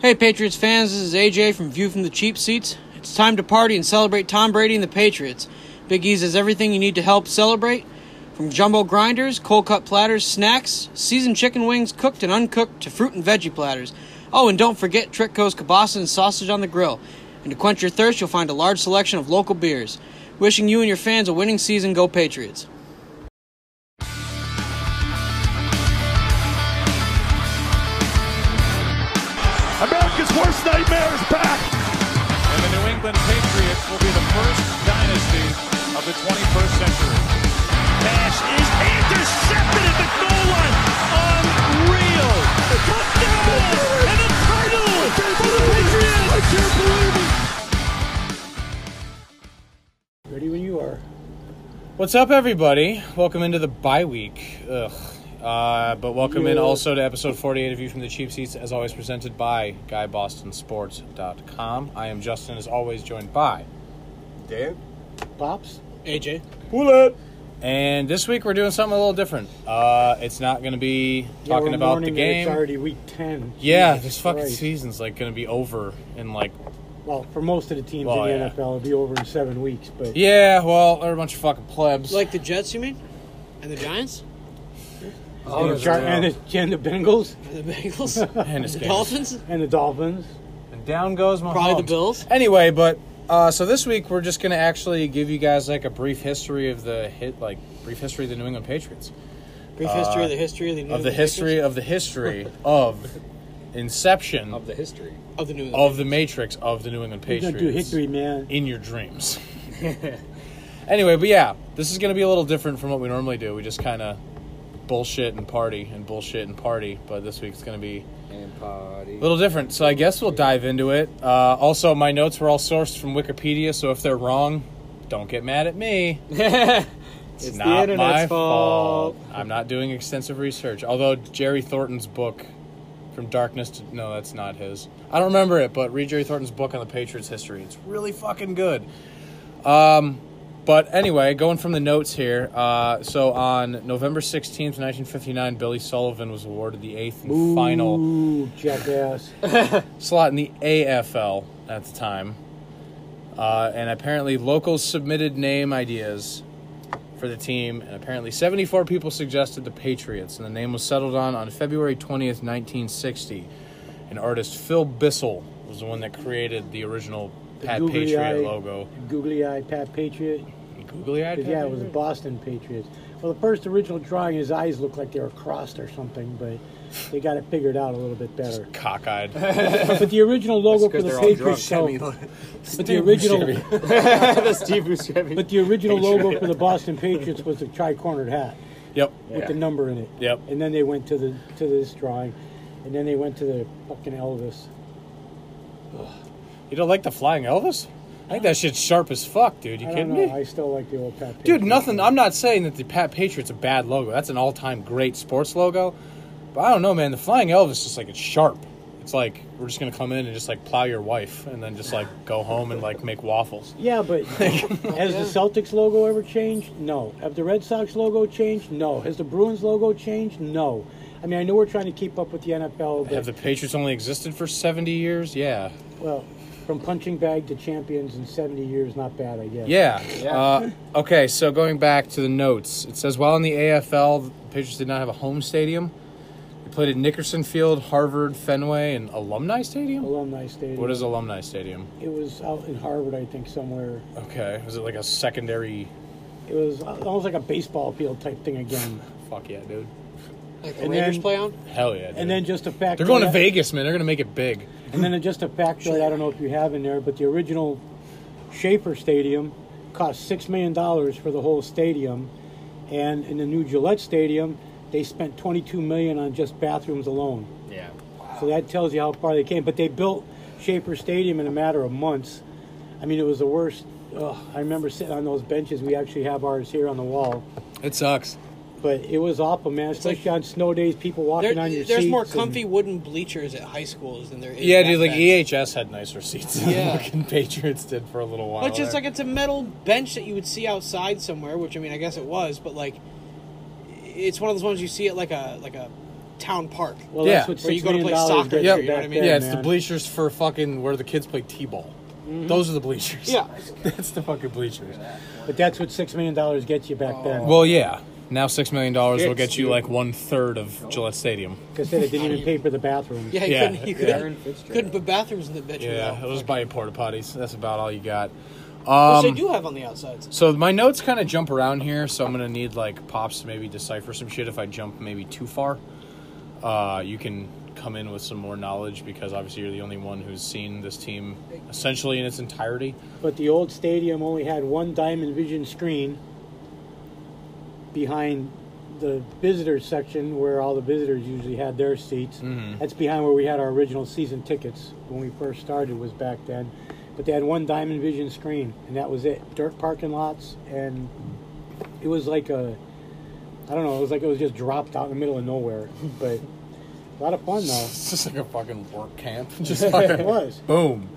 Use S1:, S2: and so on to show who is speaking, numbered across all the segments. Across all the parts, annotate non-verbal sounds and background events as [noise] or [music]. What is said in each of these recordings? S1: Hey, Patriots fans, this is AJ from View from the Cheap Seats. It's time to party and celebrate Tom Brady and the Patriots. Big E's has everything you need to help celebrate from jumbo grinders, cold cut platters, snacks, seasoned chicken wings cooked and uncooked, to fruit and veggie platters. Oh, and don't forget Tritco's kielbasa and sausage on the grill. And to quench your thirst, you'll find a large selection of local beers. Wishing you and your fans a winning season. Go Patriots.
S2: America's worst nightmare is back.
S3: And the New England Patriots will be the first dynasty of the 21st century.
S2: Pass is intercepted at the goal line. Unreal. Touchdown and a title for the Patriots. I can't believe it.
S4: Ready when you are.
S5: What's up, everybody? Welcome into the bye week. Ugh. Uh, but welcome in
S4: Yeah.
S5: also to episode 48 of You from the Cheap Seats, as always presented by GuyBostonSports.com. I am Justin, as always, joined by.
S6: Dan?
S4: Pops?
S1: AJ.
S5: [laughs] And this week we're doing something a little different. Uh, it's not going to be
S4: Yeah,
S5: talking
S4: we're
S5: about the
S4: mourning that
S5: game.
S4: It's already week 10.
S5: yeah,
S4: Jesus
S5: this fucking
S4: Christ.
S5: season's like going to be over in like
S4: Well, for most of the teams
S5: Well,
S4: in the
S5: yeah.
S4: NFL, it'll be over in seven weeks, but
S5: yeah. Well, they're a bunch of fucking plebs.
S1: Like the Jets, you mean? And the Giants?
S4: and, the Char- and, the, and the Bengals
S1: And the Bengals?
S5: [laughs] And it's
S1: the
S5: games.
S1: Dolphins?
S4: and the Dolphins.
S5: And down goes Mahomes.
S1: Probably the Bills.
S5: Anyway, but uh, so this week we're just going to actually give you guys like a brief history of the hit, like brief history of the New England Patriots,
S1: Brief history
S4: Uh,
S1: of the history of the New
S5: of the
S1: England
S5: history of the history of inception
S6: Of the history.
S1: Patriots? of the New England.
S5: of the Matrix of the New England
S4: We're going
S5: Patriots
S4: to do history, man.
S5: in your dreams. [laughs] anyway, but yeah, this is going to be a little different from what we normally do. We just kind of bullshit and party and bullshit and party, but this week's going to be
S6: And potty.
S5: A little different, so I guess we'll dive into it. Uh, also, my notes were all sourced from Wikipedia, so if they're wrong, don't get mad at me. it's
S6: the
S5: not
S6: internet's
S5: my
S6: fault.
S5: fault. I'm not doing extensive research. Although Jerry Thornton's book, From Darkness to No, that's not his. I don't remember it, but read Jerry Thornton's book on the Patriots' history. It's really fucking good. Um, But anyway, going from the notes here, uh, so on November 16th, 1959, Billy Sullivan was awarded the eighth and final
S4: Ooh, jackass. [laughs]
S5: slot in the AFL at the time. Uh, and apparently, locals submitted name ideas for the team, and apparently, 74 people suggested the Patriots, and the name was settled on on February 20th, 1960. And artist Phil Bissell was the one that created the original Pat
S4: googly
S5: Patriot
S4: eye-
S5: logo.
S4: Googly eyed Pat Patriot.
S5: Googly eyed.
S4: Yeah, it was the Boston Patriots. Well, the first original drawing, his eyes looked like they were crossed or something, but they got it figured out a little bit better.
S5: cockeyed.
S4: [laughs] But the original logo for the Patriots
S6: I
S4: show,
S6: mean, look.
S4: but the original,
S6: That's Steve Buscemi. [laughs]
S4: But the original logo for the Boston Patriots was the tri-cornered hat
S5: yep.
S4: with the number in it.
S5: Yep.
S4: And then they went to the to this drawing, and then they went to the fucking Elvis.
S5: You don't like the flying Elvis? I think that shit's sharp as fuck, dude. You
S4: I
S5: kidding
S4: don't
S5: me?
S4: know. I still like the old Pat.
S5: Dude,
S4: Patriots.
S5: nothing. I'm not saying that the Pat Patriots a bad logo. That's an all-time great sports logo. But I don't know, man. The Flying Elvis is just like it's sharp. It's like we're just gonna come in and just like plow your wife, and then just like go home and like make waffles.
S4: Yeah,
S5: [laughs]
S4: but has the Celtics logo ever changed? No. Have the Red Sox logo changed? No. Has the Bruins logo changed? No. I mean, I know we're trying to keep up with the NFL, but
S5: Have the Patriots only existed for 70 years? Yeah,
S4: well, from punching bag to champions in 70 years, not bad, I guess.
S5: yeah. Uh, okay, so going back to the notes, it says while in the AFL, the Patriots did not have a home stadium. They played at Nickerson Field, Harvard, Fenway, and Alumni Stadium.
S4: Alumni Stadium.
S5: What is Alumni Stadium?
S4: It was out in Harvard, I think, somewhere.
S5: Okay, is it like a secondary?
S4: It was almost like a baseball field type thing again.
S5: Fuck yeah, dude.
S1: Like the
S4: And
S1: Raiders
S4: then-
S1: play on?
S5: Hell yeah. dude.
S4: And then just a fact.
S5: They're going to Vegas, man. They're going to make it big.
S4: And then just a factoid I don't know if you have in there, but the original Schaefer Stadium cost six million dollars for the whole stadium, and in the new Gillette Stadium, they spent twenty-two million on just bathrooms alone.
S5: Yeah.
S4: So that tells you how far they came. But they built Schaefer Stadium in a matter of months. I mean, it was the worst. Ugh, I remember sitting on those benches. We actually have ours here on the wall.
S5: It sucks.
S4: But it was awful, man. Especially on snow days, people walking
S1: There-
S4: on your
S1: there's more
S4: seats and-
S1: comfy wooden bleachers at high schools than there is.
S5: Yeah, dude, like
S1: backpacks.
S5: EHS had nicer seats than
S1: Yeah.
S5: the [laughs] fucking Patriots did for a little while.
S1: But just
S5: there.
S1: like it's a metal bench that you would see outside somewhere, which I mean, I guess it was, but like, it's one of those ones you see at like a like a town park.
S4: Well,
S5: Yeah.
S4: that's what
S5: Where
S1: you
S4: six
S1: go to
S4: million
S1: play
S4: dollars
S1: soccer,
S4: did
S5: you know
S4: back
S5: what
S1: I mean?
S4: then,
S5: yeah, it's the
S4: man. Mm-hmm.
S5: bleachers for fucking where the kids play t-ball. Those are the bleachers.
S1: Yeah.
S5: [laughs] that's the fucking bleachers.
S4: But that's what six million dollars gets you back then.
S5: Well, yeah. Now six million dollars will
S6: Shit,
S5: get you
S6: dude.
S5: like one third of Gillette Stadium.
S4: like I said, it didn't even pay for the
S1: [laughs]
S4: bathrooms.
S1: Yeah, you
S5: Yeah.
S1: couldn't, you
S5: Yeah.
S1: couldn't, couldn't put bathrooms in the bitch.
S5: Yeah,
S1: without-
S5: it'll just buy you porta potties. That's about all you got.
S1: Which
S5: um,
S1: they do have on the outsides.
S5: So my notes kind of jump around here, so I'm gonna need like pops to maybe decipher some shit if I jump maybe too far. Uh, you can come in with some more knowledge because obviously you're the only one who's seen this team essentially in its entirety.
S4: But the old stadium only had one Diamond Vision screen behind the visitors section where all the visitors usually had their seats. That's behind where we had our original season tickets when we first started was back then. But they had one Diamond Vision screen and that was it. Dirt parking lots and it was like a I don't know, it was like it was just dropped out in the middle of nowhere. But a lot of fun though.
S5: It's just like a fucking work camp. [laughs] Just fucking
S4: It was.
S5: boom.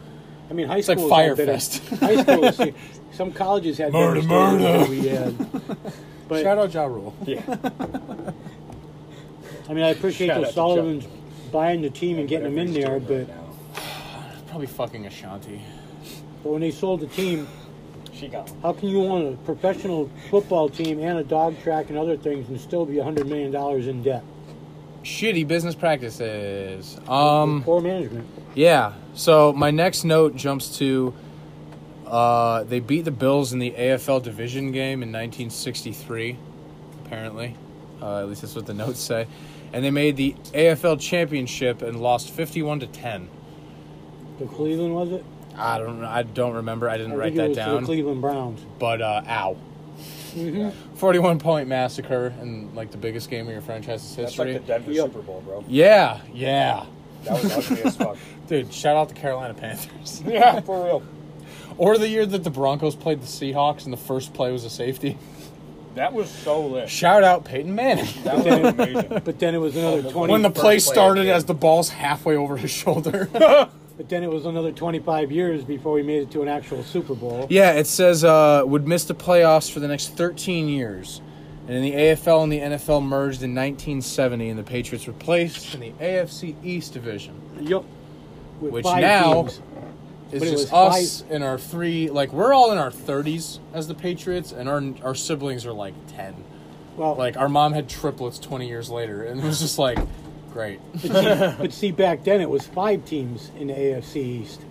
S4: I mean, high
S5: like
S4: school.
S5: Fyre
S4: had better-
S5: Fest.
S4: [laughs] high school. Some colleges had
S5: Murder,
S4: better standards
S5: murder.
S4: than We had. But
S5: Shout out Ja Rule.
S4: I mean, I appreciate
S5: Shout
S4: the
S5: out to
S4: Sullivan's buying the team and getting them in there, but,
S5: Probably fucking Ashanti.
S4: but when they sold the team,
S6: She got one.
S4: how can you own a professional football team and a dog track and other things and still be hundred million dollars in debt?
S5: Shitty business practices. Um.
S4: Poor management.
S5: Yeah. So my next note jumps to uh, they beat the Bills in the AFL division game in 1963, apparently. Uh, at least that's what the [laughs] notes say. And they made the AFL championship and lost 51 to 10.
S4: The Cleveland was it?
S5: I don't. I don't remember. I didn't
S4: I
S5: write
S4: think it
S5: that
S4: was To
S5: down.
S4: the Cleveland Browns.
S5: but uh, ow.
S4: Mm-hmm.
S5: 41 point massacre in like the biggest game of your franchise's
S6: That's
S5: history.
S6: like the Denver
S4: Yep.
S6: Super Bowl, bro.
S5: yeah, yeah,
S6: That was ugly
S5: [laughs]
S6: as fuck.
S5: dude. Shout out the Carolina Panthers. [laughs]
S6: Yeah, for real.
S5: Or the year that the Broncos played the Seahawks and the first play was a safety. [laughs]
S6: That was so lit.
S5: Shout out Peyton Manning.
S6: That
S5: [laughs]
S6: was amazing.
S4: But then it was another
S6: the
S4: twenty.
S5: When Oh, the
S6: first
S5: play
S6: play of
S5: started
S6: the game.
S5: as the ball's halfway over his shoulder. [laughs]
S4: But then it was another twenty-five years before we made it to an actual Super Bowl.
S5: yeah, it says uh, would miss the playoffs for the next 13 years. And then the AFL and the NFL merged in 1970, and the Patriots were placed in the AFC East division,
S4: Yep. With
S5: which
S4: five
S5: now
S4: teams.
S5: is
S4: But it
S5: just
S4: was five-
S5: us in our three. Like we're all in our 30s as the Patriots, and our our siblings are like 10.
S4: Well,
S5: Like our mom had triplets 20 years later, and it was just like, great.
S4: But see, back then it was five teams in the AFC East.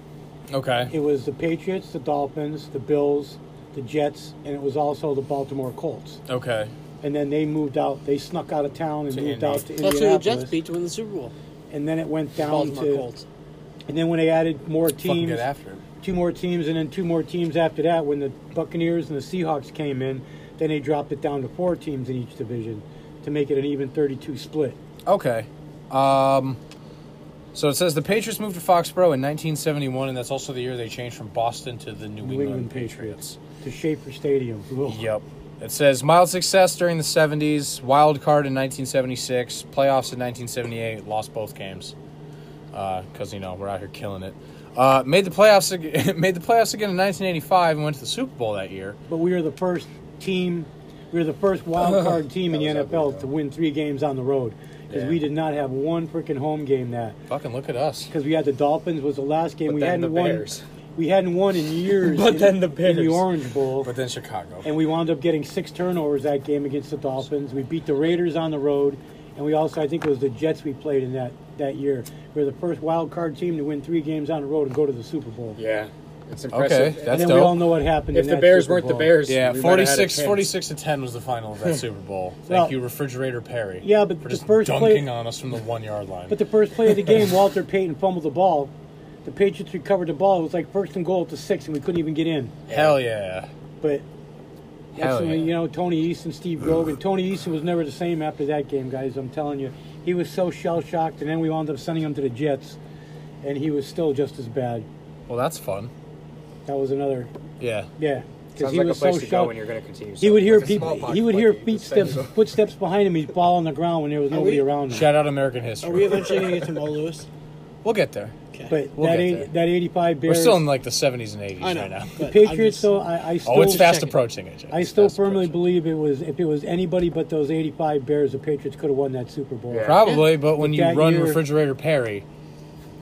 S5: Okay.
S4: It was the Patriots, the Dolphins, the Bills, the Jets, and it was also the Baltimore Colts.
S5: Okay.
S4: And then they moved out. They snuck out of town and
S5: To
S4: moved
S5: Indy.
S4: out
S1: That's
S4: to
S1: who the Jets
S4: Indianapolis.
S1: beat to win the Super Bowl.
S4: And then it went down
S1: Baltimore
S4: to.
S1: Colts.
S4: And then when they added more
S5: Fucking
S4: teams,
S5: get after it.
S4: two more teams, and then two more teams after that, when the Buccaneers and the Seahawks came in, then they dropped it down to four teams in each division to make it an even 32 split.
S5: Okay. Um, so it says the Patriots moved to Foxborough in 1971, and that's also the year they changed from Boston to the New,
S4: New
S5: England,
S4: England
S5: Patriots.
S4: Patriots to Schaefer Stadium.
S5: Yep. It says mild success during the 70s, wild card in 1976, playoffs in 1978, lost both games. Because you know we're out here killing it. Uh, made the playoffs. ag- [laughs] made the playoffs again in 1985 and went to the Super Bowl that year.
S4: But we were the first team, we were the first wild
S6: [laughs]
S4: card team in the NFL to win three games on the road because
S5: Yeah.
S4: we did not have one freaking home game that
S5: Fucking look at us.
S4: because we had the Dolphins was the last game
S6: But
S4: we
S6: then
S4: hadn't
S6: the
S4: won.
S6: Bears.
S4: We hadn't
S6: [laughs]
S4: won in years.
S6: But
S4: in,
S6: then the
S4: in the
S6: Bears.
S4: Orange Bowl,
S5: But then Chicago.
S4: and we wound up getting six turnovers that game against the Dolphins. We beat the Raiders on the road, and we also I think it was the Jets we played in that that year. We were the first wild card team to win three games on the road and go to the Super Bowl.
S6: Yeah, it's
S5: Okay,
S6: impressive.
S5: that's
S4: and then
S5: dope.
S4: we all know what happened.
S6: if
S4: in
S6: the
S4: that
S6: Bears
S4: Super
S6: weren't the
S4: Bowl.
S6: Bears,
S5: Yeah,
S6: we might have had a
S5: 46,
S6: chance.
S5: 46 to 10 was the final of that Super Bowl. Thank
S4: Well-
S5: you, Refrigerator Perry.
S4: Yeah, but
S5: for
S4: the
S5: just
S4: first
S5: dunking
S4: play-
S5: on us from the one yard line.
S4: But the first play of the game, Walter Payton fumbled the ball. The Patriots recovered the ball. It was like first and goal at the six, and we couldn't even get in.
S5: Hell yeah. Hell
S4: But that's when,
S5: yeah.
S4: you know Tony Easton, Steve Grogan. Tony Easton was never the same after that game, guys. I'm telling you, he was so shell shocked, and then we wound up sending him to the Jets, and he was still just as bad.
S5: Well, that's fun.
S4: That was another,
S5: Yeah.
S4: yeah, because
S6: Sounds
S4: he
S6: like a
S4: was
S6: place
S4: so
S6: to go
S4: shocked.
S6: when you're going to continue.
S4: He would hear
S6: something. Like a
S4: people. [laughs]
S6: smallpox
S4: He would
S6: monkey.
S4: hear
S6: It's the
S4: feet
S6: same
S4: steps,
S6: as-
S4: footsteps behind him. He'd fall on the ground when there was nobody
S1: we-
S4: around him.
S5: Shout out American
S1: Are Oh, we
S5: history.
S1: eventually going to get to Mo Lewis?
S5: We'll get there.
S1: Okay.
S4: But
S5: We'll
S4: that
S5: get
S4: eight,
S5: there.
S4: that 85 Bears.
S5: We're still in like the 70s and 80s
S1: I know.
S5: right now.
S1: but I'm
S4: Patriots,
S1: just-
S4: though, I, I still.
S5: Oh, it's fast
S1: second.
S5: approaching it. Jake.
S4: I
S5: It's
S4: still
S5: fast
S4: firmly
S5: approaching.
S4: believe it was if it was anybody but those 85 Bears, the Patriots could have won that Super Bowl.
S7: Yeah.
S5: Probably, but when you
S4: That
S5: run
S4: year-
S5: refrigerator Perry,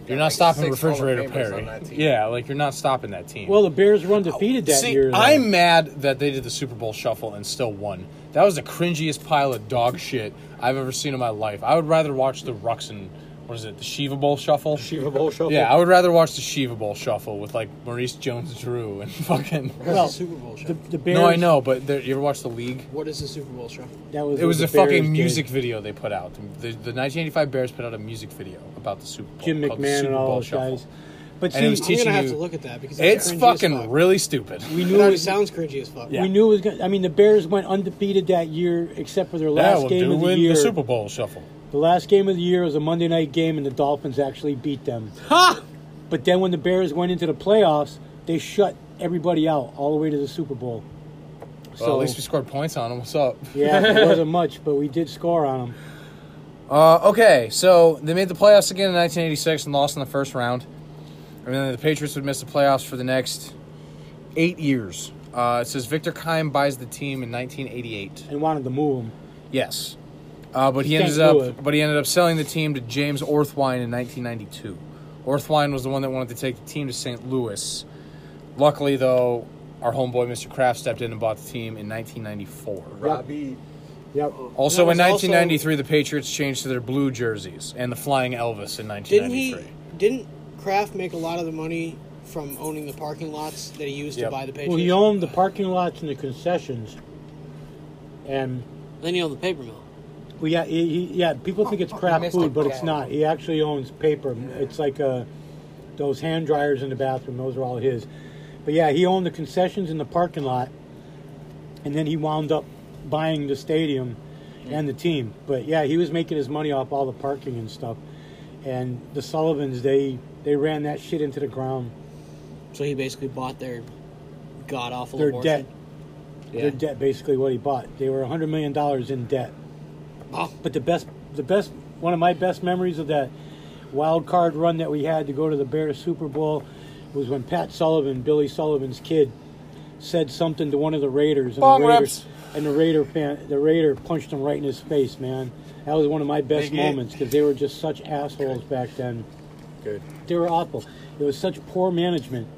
S5: you're not
S7: like
S5: stopping
S7: six Hall of
S5: refrigerator
S7: Famers
S5: Perry.
S7: on that team.
S5: Yeah, like you're not stopping that team.
S4: Well, the Bears were undefeated that
S5: See,
S4: year. though.
S5: I'm mad that they did the Super Bowl shuffle and still won. That was the cringiest pile of dog shit I've ever seen in my life. I would rather watch the Ruxin, what is it, the Shiva Bowl shuffle?
S6: Shiva Bowl shuffle.
S5: Yeah, I would rather watch the Shiva Bowl shuffle with like Maurice Jones-Drew and [laughs] fucking.
S1: Well, Super Bowl
S4: the,
S1: shuffle.
S4: the Bears.
S5: No, I know, but there- you ever watch the league?
S1: What is the Super Bowl shuffle?
S4: That was
S5: It was
S4: the
S5: a fucking
S4: Bears
S5: music
S4: game.
S5: video they put out. The, the 1985 Bears put out a music video about the Super Bowl.
S4: Jim
S5: called the
S4: McMahon
S5: Super
S4: and all
S5: Bowl
S4: those
S5: Shuffle.
S4: guys. But
S5: And it
S4: see,
S5: was
S1: I'm
S5: teaching
S1: gonna have
S5: you-
S1: to look at that because
S5: It's
S1: cringy as
S5: fucking
S1: fuck.
S5: really stupid.
S4: we
S1: It
S4: knew it
S1: already
S4: was,
S1: sounds cringy as fuck.
S4: we knew it was. Gonna, I mean, the Bears went undefeated that year, except for their last
S5: we'll
S4: game
S5: do
S4: of the
S5: win
S4: year.
S5: the Super Bowl shuffle.
S4: The last game of the year was a Monday night game, and the Dolphins actually beat them.
S1: Ha!
S4: But then when the Bears went into the playoffs, they shut everybody out all the way to the Super Bowl.
S5: So at least we scored points on them. What's up?
S4: yeah, it wasn't much, but we did score on them.
S5: Uh, okay, so they made the playoffs again in 1986 and lost in the first round. And then the Patriots would miss the playoffs for the next eight years. Uh, it says Victor Kime buys the team in 1988.
S4: and wanted to move them.
S5: Yes, uh, but he
S4: Can't
S5: ended
S4: do
S5: up
S4: it.
S5: but he ended up selling the team to James Orthwine in 1992. Orthwine was the one that wanted to take the team to St. Louis. Luckily, though, our homeboy Mr. Kraft stepped in and bought the team in 1994.
S7: Robbie,
S4: Yep.
S5: Also,
S1: That
S5: in
S1: was also-
S5: 1993, the Patriots changed to their blue jerseys and the flying Elvis in
S1: Didn't
S5: 1993.
S1: he? Didn't Kraft make a lot of the money from owning the parking lots that he used to
S5: Yep.
S1: buy the Patriots?
S4: Well, he owned the parking lots and the concessions, and
S1: Then he owned the paper mill.
S4: well, yeah, he, he, yeah. People think it's
S7: Oh,
S4: crap
S7: missed
S4: food,
S7: it.
S4: but it's not. He actually owns paper. It's like uh, those hand dryers in the bathroom; those are all his. But yeah, he owned the concessions in the parking lot, and then he wound up buying the stadium and the team. But yeah, he was making his money off all the parking and stuff. And the Sullivans, they they ran that shit into the ground.
S1: So he basically bought their god awful
S4: Their
S1: abortion.
S4: debt Their debt, basically, what he bought. They were hundred million dollars in debt.
S1: Oh,
S4: But the best, the best, one of my best memories of that wild card run that we had to go to the Bears Super Bowl was when Pat Sullivan, Billy Sullivan's kid, said something to one of the Raiders, and
S5: Bong
S4: the
S5: rips.
S4: Raiders, and the Raider fan, the Raider punched him right in his face, man. That was one of my best
S7: Big hit.
S4: moments because they were just such assholes back then.
S7: good.
S4: They were awful. It was such poor management.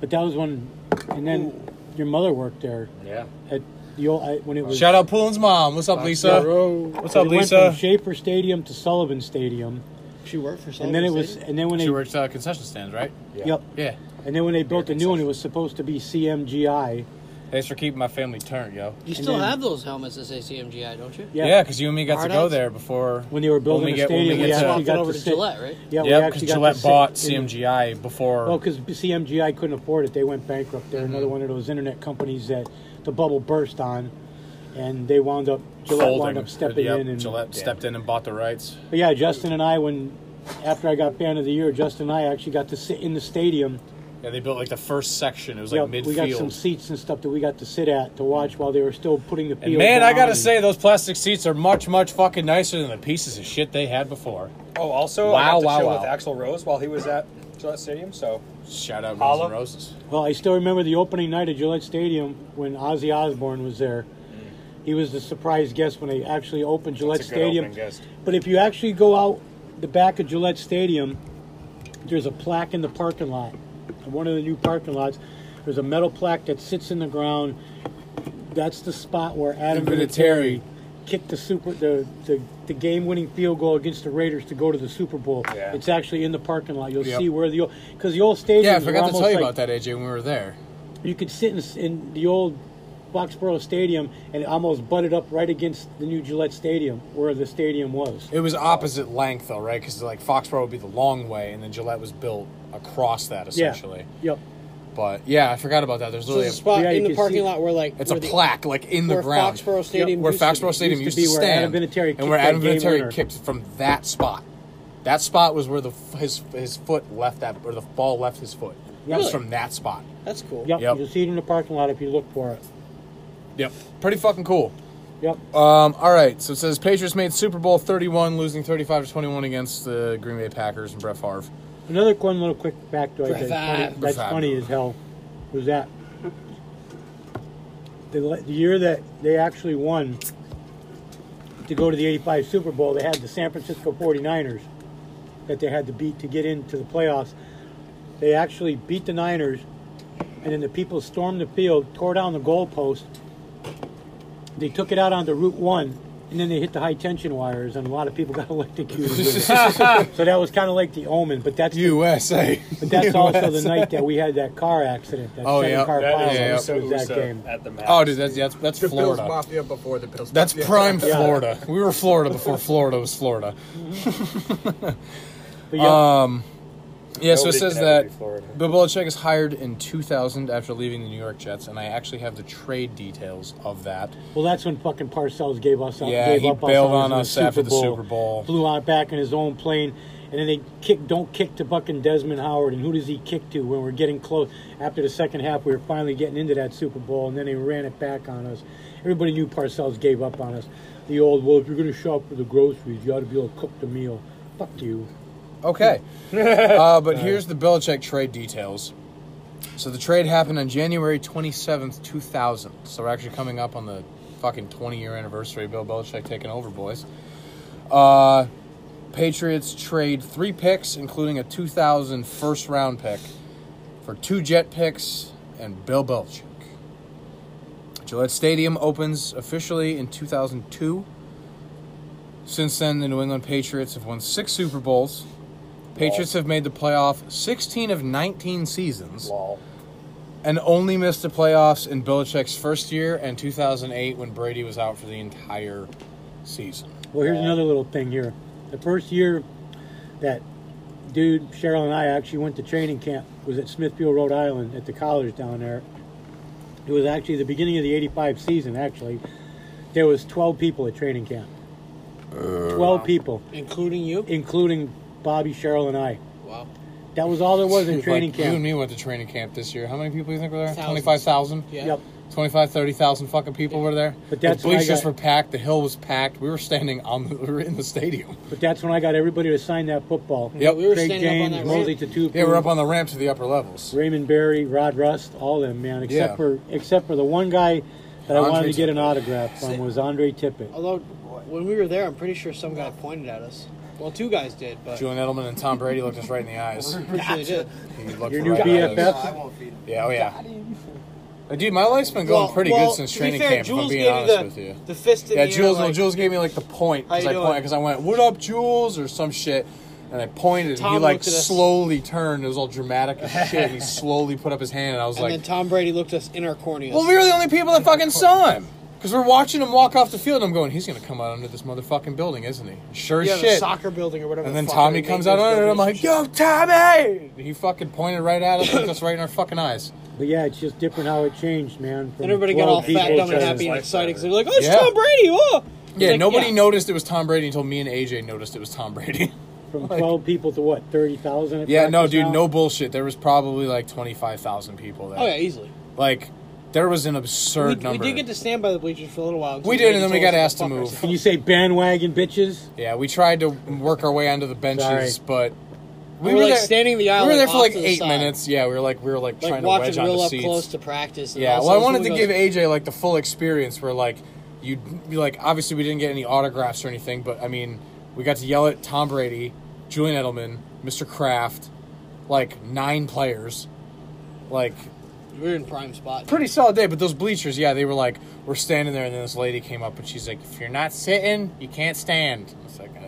S4: But that was when, and then your mother worked there
S5: Yeah.
S4: at the old I, when it was
S5: Shout out Pullen's mom. What's up, Lisa? What's up,
S4: it went
S5: Lisa?
S4: from Schaefer Stadium to Sullivan Stadium,
S1: she worked for. Sullivan
S4: and then it was,
S1: Stadium?
S4: and then when they,
S5: She works uh, concession stands, right?
S4: yep,
S5: Yeah.
S4: and then when they built the new one, it was supposed to be CMGI.
S5: Thanks for keeping my family turned, yo.
S1: You still
S4: then-
S1: have those helmets that say CMGI, don't you?
S5: Yeah, Oh, because you and me got
S1: Hard
S5: to go
S1: outs?
S5: there before
S4: When they were building
S5: when
S4: the
S5: get- when
S4: stadium,
S5: get
S4: we
S5: to-
S4: actually
S1: Swapped it
S4: got
S1: over
S4: the
S1: to
S4: sit-
S1: Gillette, right?
S4: Yeah, we
S5: Yep,
S4: actually
S5: because
S4: got
S5: Gillette
S4: to sit
S5: bought
S4: in- Oh,
S5: CMGI before.
S4: Well, because CMGI couldn't afford it, they went bankrupt. They're
S5: Mm-hmm.
S4: another one of those internet companies that the bubble burst on, and they wound up Gillette
S5: folding.
S4: wound up stepping
S5: Yep,
S4: in and
S5: Gillette stepped in and bought the rights.
S4: But yeah, Justin and I when after I got fan of the year, Justin and I actually got to sit in the stadium.
S5: Yeah, they built like the first section. It was
S4: Yeah,
S5: like midfield.
S4: we got some seats and stuff that we got to sit at to watch while they were still putting the field.
S5: And man, I
S4: down
S5: gotta
S4: and-
S5: say, those plastic seats are much, much fucking nicer than the pieces of shit they had before.
S7: Oh, also,
S5: Wow,
S7: I got to
S5: wow,
S7: chill
S5: wow.
S7: with Axel Rose while he was at Gillette Stadium. So
S5: Shout out Guns
S7: Holla.
S5: N' Roses.
S4: well, I still remember the opening night at Gillette Stadium when Ozzy Osbourne was there. He was the surprise guest when they actually opened Gillette
S7: That's a good
S4: Stadium.
S7: opening guest.
S4: But if you actually go out the back of Gillette Stadium, there's a plaque in the parking lot, in one of the new parking lots. There's a metal plaque that sits in the ground. That's the spot where Adam
S5: Vinatieri.
S4: Vinatieri kicked the super the, the, the game-winning field goal against the Raiders to go to the Super Bowl.
S7: Yeah.
S4: It's actually in the parking lot. You'll
S5: Yep.
S4: see where the because the old stadium.
S5: Yeah, I forgot to tell you about that, AJ, when we were there.
S4: You could sit in, in the old Foxborough Stadium and it almost butted up right against the new Gillette Stadium where the stadium was.
S5: It was opposite length, though, right? Because like Foxborough would be the long way, and then Gillette was built across that essentially.
S4: Yeah. Yep.
S5: But yeah, I forgot about that. There's
S1: So
S5: literally
S1: the spot
S4: Yeah, you
S1: in the
S4: can
S1: parking
S4: see-
S1: lot where like
S5: a, it's a
S1: where the-
S5: plaque like in the
S1: where
S5: ground
S1: Foxborough Stadium
S5: where
S1: used to
S5: Foxborough
S1: be.
S5: Stadium
S4: Used
S5: used
S4: to
S5: to,
S4: be where Adam
S5: stand,
S4: Vinatieri kicked
S5: and where
S4: that
S5: Adam
S4: game
S5: Vinatieri
S4: winner.
S5: kicked from that spot. That spot was where the f- his his foot left that, where the ball left his foot. It was
S1: Really?
S5: from that spot.
S1: That's cool.
S4: Yep.
S5: Yep.
S4: You'll see it in the parking lot if you look for it.
S5: Yep, pretty fucking cool.
S4: Yep.
S5: Um, all right, so it says Patriots made Super Bowl 31, losing 35 to 21 against the Green Bay Packers and Brett Favre.
S4: Another one little quick factoid that's funny,
S5: Grafat.
S4: that's
S5: Grafat.
S4: funny as hell was that the, le- the year that they actually won to go to the 85 Super Bowl, they had the San Francisco 49ers that they had to beat to get into the playoffs. They actually beat the Niners, and then the people stormed the field, tore down the goalpost. They took it out onto Route 1, and then they hit the high tension wires, and a lot of people got [laughs] electrocuted. with it. so that was kind of like the omen, but that's the-
S5: USA. [laughs]
S4: but
S8: [laughs]
S4: that's also the night that we had that car accident, that
S5: Oh,
S4: seven
S5: yeah.
S4: car
S5: That
S4: pile
S5: is
S4: that
S5: also
S4: was that game.
S7: at the map.
S5: Oh, dude, that's that's, that's
S8: The Bills
S5: Florida.
S8: Mafia before the Bills.
S5: That's
S8: Mafia.
S5: prime
S4: Yeah.
S5: Florida. We were Florida
S8: [laughs]
S5: before Florida was Florida.
S4: But
S5: Um,
S4: yeah,
S5: Yeah, so it
S7: Nobody
S5: says
S7: can ever
S5: that
S7: be Florida.
S5: Bill Belichick is hired in 2000 after leaving the New York Jets, and I actually have the trade details of that.
S4: well, that's when fucking Parcells gave us up.
S5: Yeah,
S4: gave
S5: he
S4: up us
S5: bailed
S4: ours
S5: on
S4: in
S5: us after the Super Bowl.
S4: Flew out back in his own plane, and then they kick. Don't kick to fucking Desmond Howard, and who does he kick to when we're getting close? After the second half, we were finally getting into that Super Bowl, and then they ran it back on us. Everybody knew Parcells gave up on us. The old well, if you're gonna shop for the groceries, you ought to be able to cook the meal. Fuck you.
S8: [laughs]
S5: Okay. uh, but here's the Belichick trade details. So the trade happened on January 27th, 2000. So we're actually coming up on the fucking 20 year anniversary of Bill Belichick taking over, boys. Uh, Patriots trade three picks, including a 2000 first round pick, for two jet picks and Bill Belichick. Gillette Stadium opens officially in 2002. Since then, the New England Patriots have won six Super Bowls. Patriots have made the playoff 16 of 19 seasons
S7: Lol.
S5: and only missed the playoffs in Belichick's first year and 2008 when Brady was out for the entire season.
S4: Well, here's another little thing here. The first year that dude, Cheryl, and I actually went to training camp was at Smithfield, Rhode Island, at the college down there. It was actually the beginning of the 85 season, actually. There was 12 people at training camp.
S5: Uh,
S4: 12 people,
S1: Including you?
S4: including Bobby, Cheryl, and I.
S1: Wow.
S4: That was all there was in
S5: Like,
S4: training
S5: You and
S4: camp.
S5: me went to training camp this year. How many people you think were there?
S1: Thousands.
S5: 25,000?
S1: Yeah.
S4: Yep.
S5: 25, 30,000 fucking people were there.
S4: But that's
S5: the
S4: when I
S5: bleachers
S4: got-
S5: were packed. The hill was packed. We were standing on the, [laughs] we were in the stadium.
S4: But that's when I got everybody to sign that football.
S5: Yep.
S1: We were
S4: Craig
S1: standing
S4: James,
S1: up on that
S4: Mosley
S1: ramp.
S4: Tatupu.
S5: Yeah, we're up on the ramp to the upper levels.
S4: Raymond Berry, Rod Rust, all them man, except
S5: Yeah.
S4: for except for the one guy that I
S5: Andre
S4: wanted to get an
S5: Tippett.
S4: autograph from was Andre Tippett.
S1: Although, when we were there, I'm pretty sure some guy pointed at us. Well, two guys did, but
S5: Julian Edelman and Tom Brady looked us right in the eyes.
S1: I'm pretty sure they did.
S5: He looked
S4: Your new
S5: right at us.
S4: BFF.
S8: I won't feed him.
S5: Yeah, oh yeah. But dude, my life's been going
S1: Well-
S5: pretty
S1: well,
S5: good since
S1: to be
S5: training
S1: fair,
S5: camp.
S1: Jules
S5: if I'm being
S1: gave you
S5: honest
S1: the,
S5: with you.
S1: The fist in
S5: Yeah,
S1: the air,
S5: Jules. well,
S1: like,
S5: Jules gave me like the point
S1: How
S5: because
S1: you
S5: I
S1: doing?
S5: pointed because I went, "What up, Jules?" or some shit, and I pointed, and
S1: Tom
S5: he like
S1: looked at us.
S5: slowly turned. It was all dramatic
S1: [laughs]
S5: as shit. and he slowly put up his hand, and I was
S1: And
S5: like,
S1: then Tom Brady looked us in our corneas.
S5: "Well, we were the only people that fucking saw him." Because we're watching him walk off the field, and I'm going, he's going to come out under this motherfucking building, isn't he? Sure as
S1: yeah, the
S5: shit.
S1: soccer building or whatever.
S5: And
S1: the
S5: then
S1: fuck
S5: Tommy
S1: they
S5: comes
S1: make
S5: out
S1: those
S5: on it, and I'm
S1: buildings
S5: like,
S1: and shit.
S5: yo, Tommy! He fucking pointed right at us, looked us right in our fucking eyes.
S4: But yeah, it's just different how it changed, man. From
S1: And everybody got
S4: 12
S1: all fat,
S4: people
S1: dumb, and
S4: to-
S1: happy and
S7: life
S1: excited because
S7: better.
S1: they're like, "Oh, it's
S5: Yeah.
S1: Tom Brady!" Whoa.
S5: Yeah,
S1: Like,
S5: nobody
S1: yeah.
S5: noticed it was Tom Brady until me and AJ noticed it was Tom Brady. [laughs]
S4: From twelve people to what thirty thousand?
S5: yeah, no, dude, no bullshit. There was probably like twenty five thousand people there.
S1: Oh yeah, easily.
S5: Like, there was an
S1: We,
S5: absurd
S1: we
S5: number.
S1: did get to stand by the bleachers for a little while. 'cause
S5: We did, and
S1: Brady
S5: then we
S1: told
S5: got
S1: us
S5: asked to
S1: fuck
S5: move.
S1: ourselves.
S4: Can you say bandwagon bitches?
S5: yeah, we tried to work our way onto the benches,
S4: Sorry.
S5: but
S1: We were, like, standing in the aisle,
S5: We
S1: like,
S5: were there for
S1: off
S5: like
S1: to the
S5: eight
S1: side.
S5: minutes. Yeah, we were like we were like,
S1: Like
S5: trying to wedge
S1: watching
S5: onto
S1: real up
S5: seats.
S1: close to practice. And
S5: Yeah,
S1: all
S5: well, I
S1: sorts
S5: wanted to
S1: of
S5: give
S1: goes,
S5: AJ like the full experience where like you you, like obviously we didn't get any autographs or anything, but I mean we got to yell at Tom Brady, Julian Edelman, Mr. Kraft, like nine players, like
S1: we were in prime spot.
S5: pretty solid day. But those bleachers, yeah, they were like we're standing there, and then this lady came up and she's like, "If you're not sitting, you can't stand." It's like, Ugh,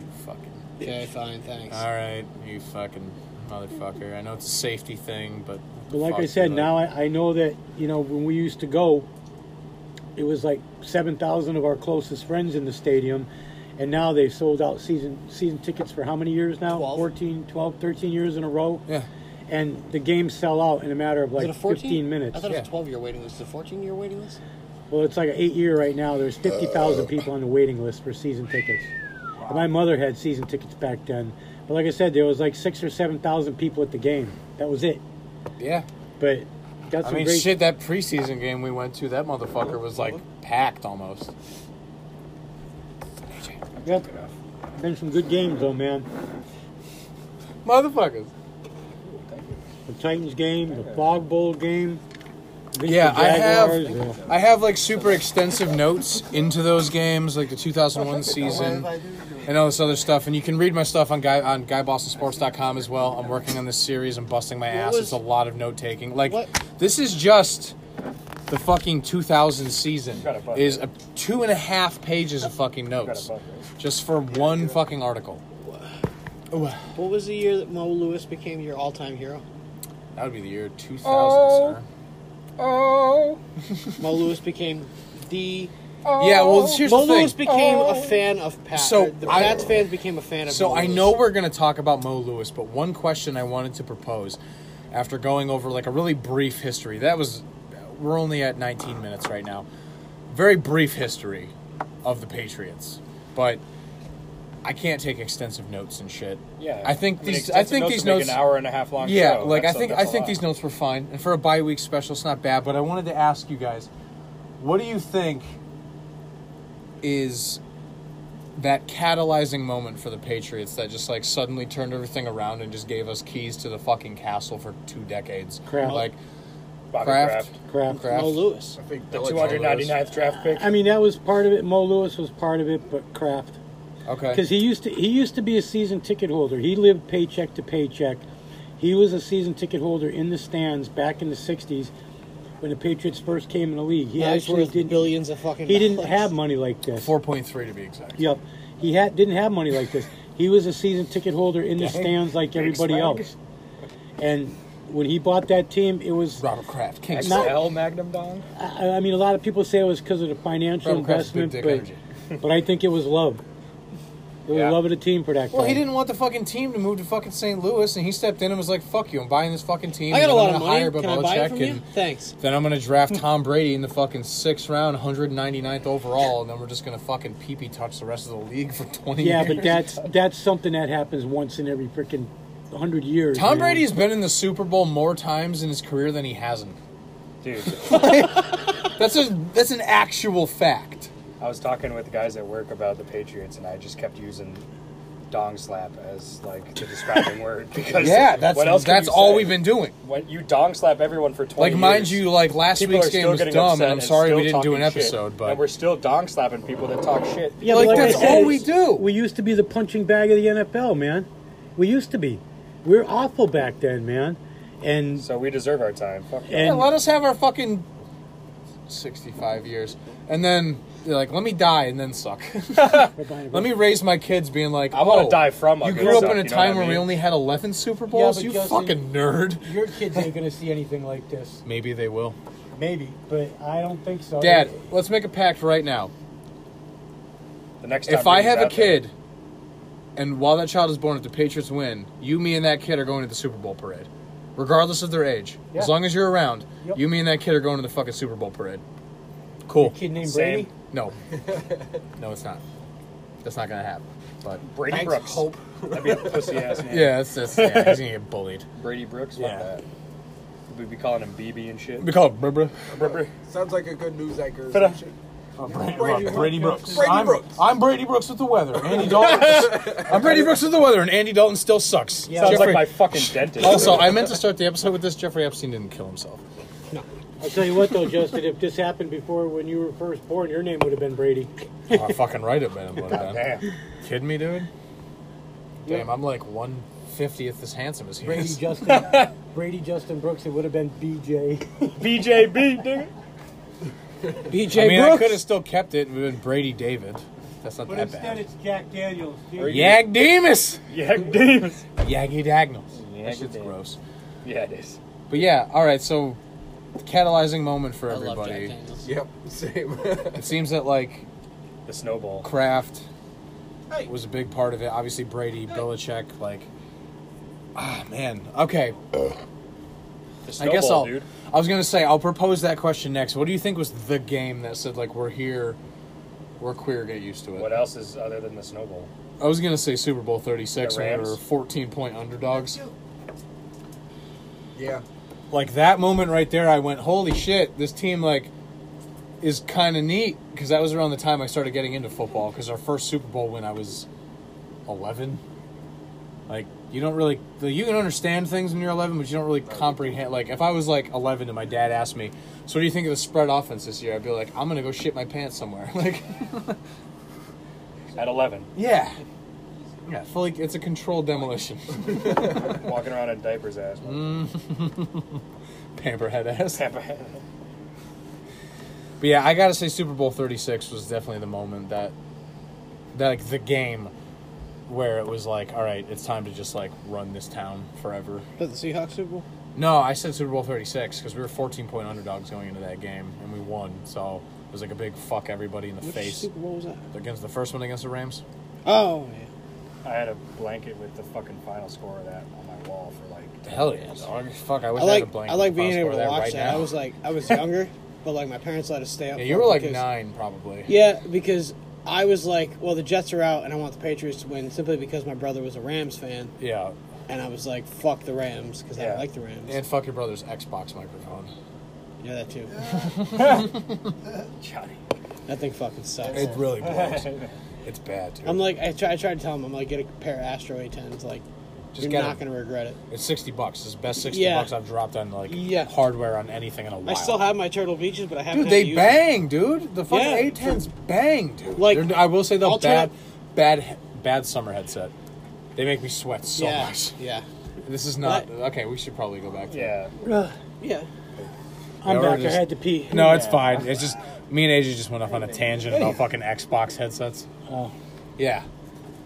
S5: you fucking.
S1: Okay, fine, thanks.
S5: All right, you fucking motherfucker. I know it's a safety thing, but
S4: But like
S5: fuck
S4: I
S5: you,
S4: said,
S5: like-
S4: now I, I know that you know when we used to go, it was like seven thousand of our closest friends in the stadium, and now they've sold out season season tickets for how many years now?
S1: Twelve.
S4: 14, 12, 13 years in a row.
S5: yeah.
S4: and the games sell out in a matter of
S1: Is it
S4: like
S1: a 14?
S4: 15 minutes.
S1: I thought it
S5: Yeah.
S1: was a 12 year waiting list. Is it a 14 year waiting list?
S4: Well, it's like an eight year right now.
S5: Uh.
S4: There's 50,000 people on the waiting list for season tickets. And my mother had season tickets back then. But like I said, there was like six or 7,000 people at the game. That was it.
S5: Yeah.
S4: But that's
S5: I
S4: some
S5: mean,
S4: great.
S5: shit, that preseason game we went to, that motherfucker was like packed almost.
S4: Yep. Been some good games, though, man.
S5: motherfuckers.
S4: The Titans game, the Bog Bowl game. against
S5: Yeah,
S4: the
S5: I have
S4: Jaguars, uh, the-
S5: I have like super extensive notes into those games, like
S1: [laughs]
S5: the 2001 season, and all this other stuff. And you can read my stuff on guy on guybostonsports.com as well. I'm working on this series. I'm busting my ass.
S1: was-
S5: it's a lot of note taking. Like
S1: What-
S5: this is just the fucking 2000 season
S7: Got a bucket.
S5: is a two and a half pages of fucking notes,
S7: bucket.
S5: just for one fucking article.
S1: What was the year that Mo Lewis became your all-time hero?
S5: That would be the year 2000,
S7: Oh.
S5: sir.
S7: Oh,
S1: Mo Lewis became the.
S5: Yeah. Well, here's
S1: Mo
S5: the thing. Oh.
S1: Lewis became a fan of Pat.
S5: So,
S1: or the
S5: I-
S1: Pats fans became a fan of.
S5: So
S1: Mo
S5: I
S1: Lewis.
S5: know we're going to talk about Mo Lewis, but one question I wanted to propose after going over like a really brief history. That was we're only at 19 minutes right now. Very brief history of the Patriots. But I can't take extensive notes and shit.
S7: yeah.
S5: I think
S7: mean,
S5: these I
S7: extensive
S5: think these
S7: would make
S5: notes
S7: an hour and a half long.
S5: yeah,
S7: show.
S5: like I
S7: That's a-
S5: think
S7: that's
S5: I
S7: a
S5: think
S7: lot.
S5: these notes were fine, and for a bye week special, it's not bad. But I wanted to ask you guys, what do you think is that catalyzing moment for the Patriots that just like suddenly turned everything around and just gave us keys to the fucking castle for two decades?
S4: Kraft.
S5: Like
S7: Bobby
S5: Kraft,
S4: Kraft.
S5: Kraft.
S1: Mo Lewis.
S6: I think
S7: The 299th draft pick.
S4: I mean, that was part of it. Mo Lewis was part of it, but Kraft.
S5: Okay,
S4: because he used to he used to be a season ticket holder. He lived paycheck to paycheck. He was a season ticket holder in the stands back in the '60s when the Patriots first came in the league.
S1: He
S4: He
S1: was
S4: actually
S1: worth
S4: didn't.
S1: billions of fucking.
S4: He didn't
S1: dollars.
S4: have money like this.
S5: four point three to be exact.
S4: Yep, he had didn't have money like this. He was a season ticket holder in the stands like everybody
S7: swag.
S4: else. And when he bought that team, it was.
S5: Robert Kraft, King.
S4: Not-
S7: XL Magnum Dong.
S4: I, I mean, a lot of people say it was because of the financial
S5: Robert Kraft's big
S4: investment,
S5: dick energy. [laughs]
S4: but, but I think it was love. It was
S7: Yeah.
S4: love of the team for that.
S5: Well, he
S4: guy.
S5: didn't want the fucking team to move to fucking St. Louis, and he stepped in and was like, "Fuck you! I'm buying this fucking team.
S1: I got
S5: and
S1: a
S5: then
S1: lot
S5: I'm
S1: of
S5: gonna
S1: money.
S5: hire
S1: Can I buy it
S5: Belichick
S1: from you?
S5: and-
S1: Thanks.
S5: Then I'm gonna draft Tom Brady in the fucking sixth round, 199th overall, and then we're just gonna fucking peepee touch the rest of the league for 20
S4: Yeah,
S5: years.
S4: but that's that's something that happens once in every freaking hundred years.
S5: Tom
S4: man.
S5: Brady has been in the Super Bowl more times in his career than he hasn't.
S7: Dude,
S5: That's a that's an actual fact.
S7: I was talking with the guys at work about the Patriots, and I just kept using dong slap as like the
S5: [laughs]
S7: describing word because
S5: Yeah, that's
S7: what else can
S5: that's
S7: you
S5: all
S7: say?
S5: we've been doing.
S7: When you dong slap everyone for twenty.
S5: Like, mind
S7: years,
S5: you, like last
S7: people
S5: week's
S7: are still
S5: game was
S7: getting
S5: dumb,
S7: upset
S5: and I'm sorry we
S7: still
S5: didn't do an
S7: talking shit.
S5: episode,
S7: and
S5: but
S7: we're still dong slapping people that talk shit.
S4: Yeah,
S5: Like,
S4: but
S5: that's
S4: I said,
S5: all we do.
S4: We used to be the punching bag of the NFL, man. We used to be. We were awful back then, man. And
S7: So we deserve our time. Fuck that.
S5: Yeah,
S4: and
S5: let us have our fucking 65 years, and then they're like, let me die and then suck. [laughs] Let me raise my kids being like,
S7: I wanna
S5: "Oh,
S7: die from a
S5: You
S7: good
S5: grew up
S7: suck,
S5: in a
S7: you know
S5: time
S7: what I
S5: where we
S7: mean?"
S5: only had 11 Super Bowls.
S4: but
S5: you
S4: Justin-
S5: fucking nerd.
S4: your kids ain't gonna see anything like this.
S5: Maybe they will.
S4: Maybe, but I don't think so.
S5: Dad, let's make a pact right now.
S7: The next time
S5: If I
S7: Brady's
S5: have a
S7: out there-
S5: kid, and while that child is born, if the Patriots win, you, me, and that kid are going to the Super Bowl parade, regardless of their age.
S4: Yeah.
S5: As long as you're around,
S4: Yep.
S5: you, me, and that kid are going to the fucking Super Bowl parade. Cool.
S4: kid named
S7: Same.
S4: Brady.
S5: No. no, it's not. That's not gonna happen. But
S7: Brady
S1: Thanks,
S7: Brooks,
S1: hope.
S7: that'd be a [laughs] pussy
S5: [laughs]
S7: ass name.
S5: yeah, that's that's yeah, he's gonna get [laughs] bullied.
S7: Brady Brooks. Fuck
S5: Yeah.
S7: that. We'd be calling him BB and shit.
S5: We call it Brady,
S8: Sounds like a good news anchor.
S7: But, uh,
S5: Brooks.
S8: Brady
S5: I'm,
S8: Brooks.
S5: I'm Brady Brooks with the weather. Andy Dalton. [laughs] I'm Brady Brooks with the weather, and Andy Dalton still sucks.
S7: Sounds like my fucking dentist. [laughs]
S5: also, I meant to start the episode with this. Jeffrey Epstein didn't kill himself.
S4: I'll tell you what though, Justin, if this happened before when you were first born, your name would have been Brady.
S5: Oh, I fucking right it, man. But, uh,
S7: damn.
S5: Kidding me, dude? Damn, I'm like one fiftieth as handsome as he [laughs]
S4: Brady
S5: is.
S4: Justin Brady Justin Brooks, it would have been BJ.
S7: BJB, nigga.
S1: BJ
S5: I mean, I
S1: Brooks.
S5: could have still kept it and been Brady David. That's not
S4: But
S5: that
S4: instead
S5: bad.
S4: it's Jack Daniels.
S5: Yag Demas.
S7: Yeah, Davis.
S5: Yaggy Dagnals.
S7: Yaggy
S5: that shit's
S7: Dagnals.
S5: gross.
S7: Yeah, it is.
S5: But yeah, all right. So, catalyzing moment for
S1: I love Jack
S5: everybody.
S1: Daniels.
S8: Yep, same. [laughs]
S5: It seems that like
S7: The snowball.
S5: Kraft
S8: Hey.
S5: was a big part of it. Obviously, Brady, Belichick, like. Ah man. Okay.
S7: The
S5: I
S7: snowball,
S5: guess I'll.
S7: dude.
S5: I was gonna say I'll propose that question next. What do you think was the game that said like we're here, we're queer, get used to it?
S7: What else is other than the snowball?
S5: I was gonna say Super Bowl thirty six
S7: The
S5: when we
S7: Rams?
S5: were fourteen point underdogs.
S8: yeah.
S5: like that moment right there i went holy shit this team like is kind of neat because that was around the time i started getting into football because our first super bowl when i was 11 like you don't really like, you can understand things when you're 11, but you don't really comprehend. Like if I was like 11 and my dad asked me, "So what do you think of the spread offense this year?" I'd be like, "I'm gonna go shit my pants somewhere." [laughs] Like,
S7: At [laughs] 11,
S5: yeah, yeah, I feel like it's a controlled demolition. [laughs]
S7: walking around in diapers ass. [laughs]
S5: Pamperhead ass.
S7: Tampa-
S5: But yeah, I gotta say, Super Bowl Thirty Six was definitely the moment that, that like the game, where it was like, all right, it's time to just like run this town forever.
S1: Did the Seahawks Super Bowl?
S5: No, I said Super Bowl 36 because we were 14 point underdogs going into that game and we won. So it was like a big fuck everybody in the
S1: Which
S5: face
S1: Super Bowl was that?
S5: against the first one against the Rams.
S1: Oh, yeah.
S7: I had a blanket with the fucking final score of that on my wall for like.
S5: Hell yeah, dog. Fuck, I wish
S1: I
S5: I, had a
S1: like
S5: blank.
S1: I like being able to watch that. I was like I was younger, but like my parents let us stay up.
S5: yeah,
S1: late
S5: you were like
S1: because-
S5: nine probably.
S1: Yeah, because I was like, well, the Jets are out, and I want the Patriots to win simply because my brother was a Rams fan,
S5: Yeah.
S1: and I was like, fuck the Rams because I
S7: Yeah.
S1: don't like the Rams.
S5: And fuck your brother's Xbox microphone.
S1: yeah, that too.
S7: Johnny.
S1: That thing fucking sucks. [laughs]
S5: It really blows. it's bad, dude.
S1: I'm like, I try, I tried to tell him, I'm like, get a pair of Astro A10s, like,
S5: Just
S1: you're
S5: get
S1: not
S5: 'em.
S1: gonna regret it.
S5: it's 60 bucks. It's the best 60
S1: Yeah.
S5: bucks I've dropped on like
S1: Yeah.
S5: hardware on anything in a while.
S1: I still have my Turtle Beaches, but I haven't.
S5: Dude,
S1: had to
S5: they
S1: use
S5: bang, dude. The fucking
S1: Yeah.
S5: A tens bang, dude.
S1: Like,
S5: They're- I will say though,
S1: I'll turn
S5: bad,
S1: up-
S5: bad, he- bad summer headset. They make me sweat
S1: them.
S5: so
S1: yeah,
S5: much.
S1: yeah,
S5: This is not
S1: What?
S5: okay. We should probably go back. To
S7: Yeah.
S1: yeah.
S4: I'm
S5: Yeah, we're
S4: back.
S5: just-
S4: I had to pee.
S5: No, it's fine. It's just me and AJ just went off on a tangent about fucking Xbox headsets.
S4: Oh.
S5: Yeah.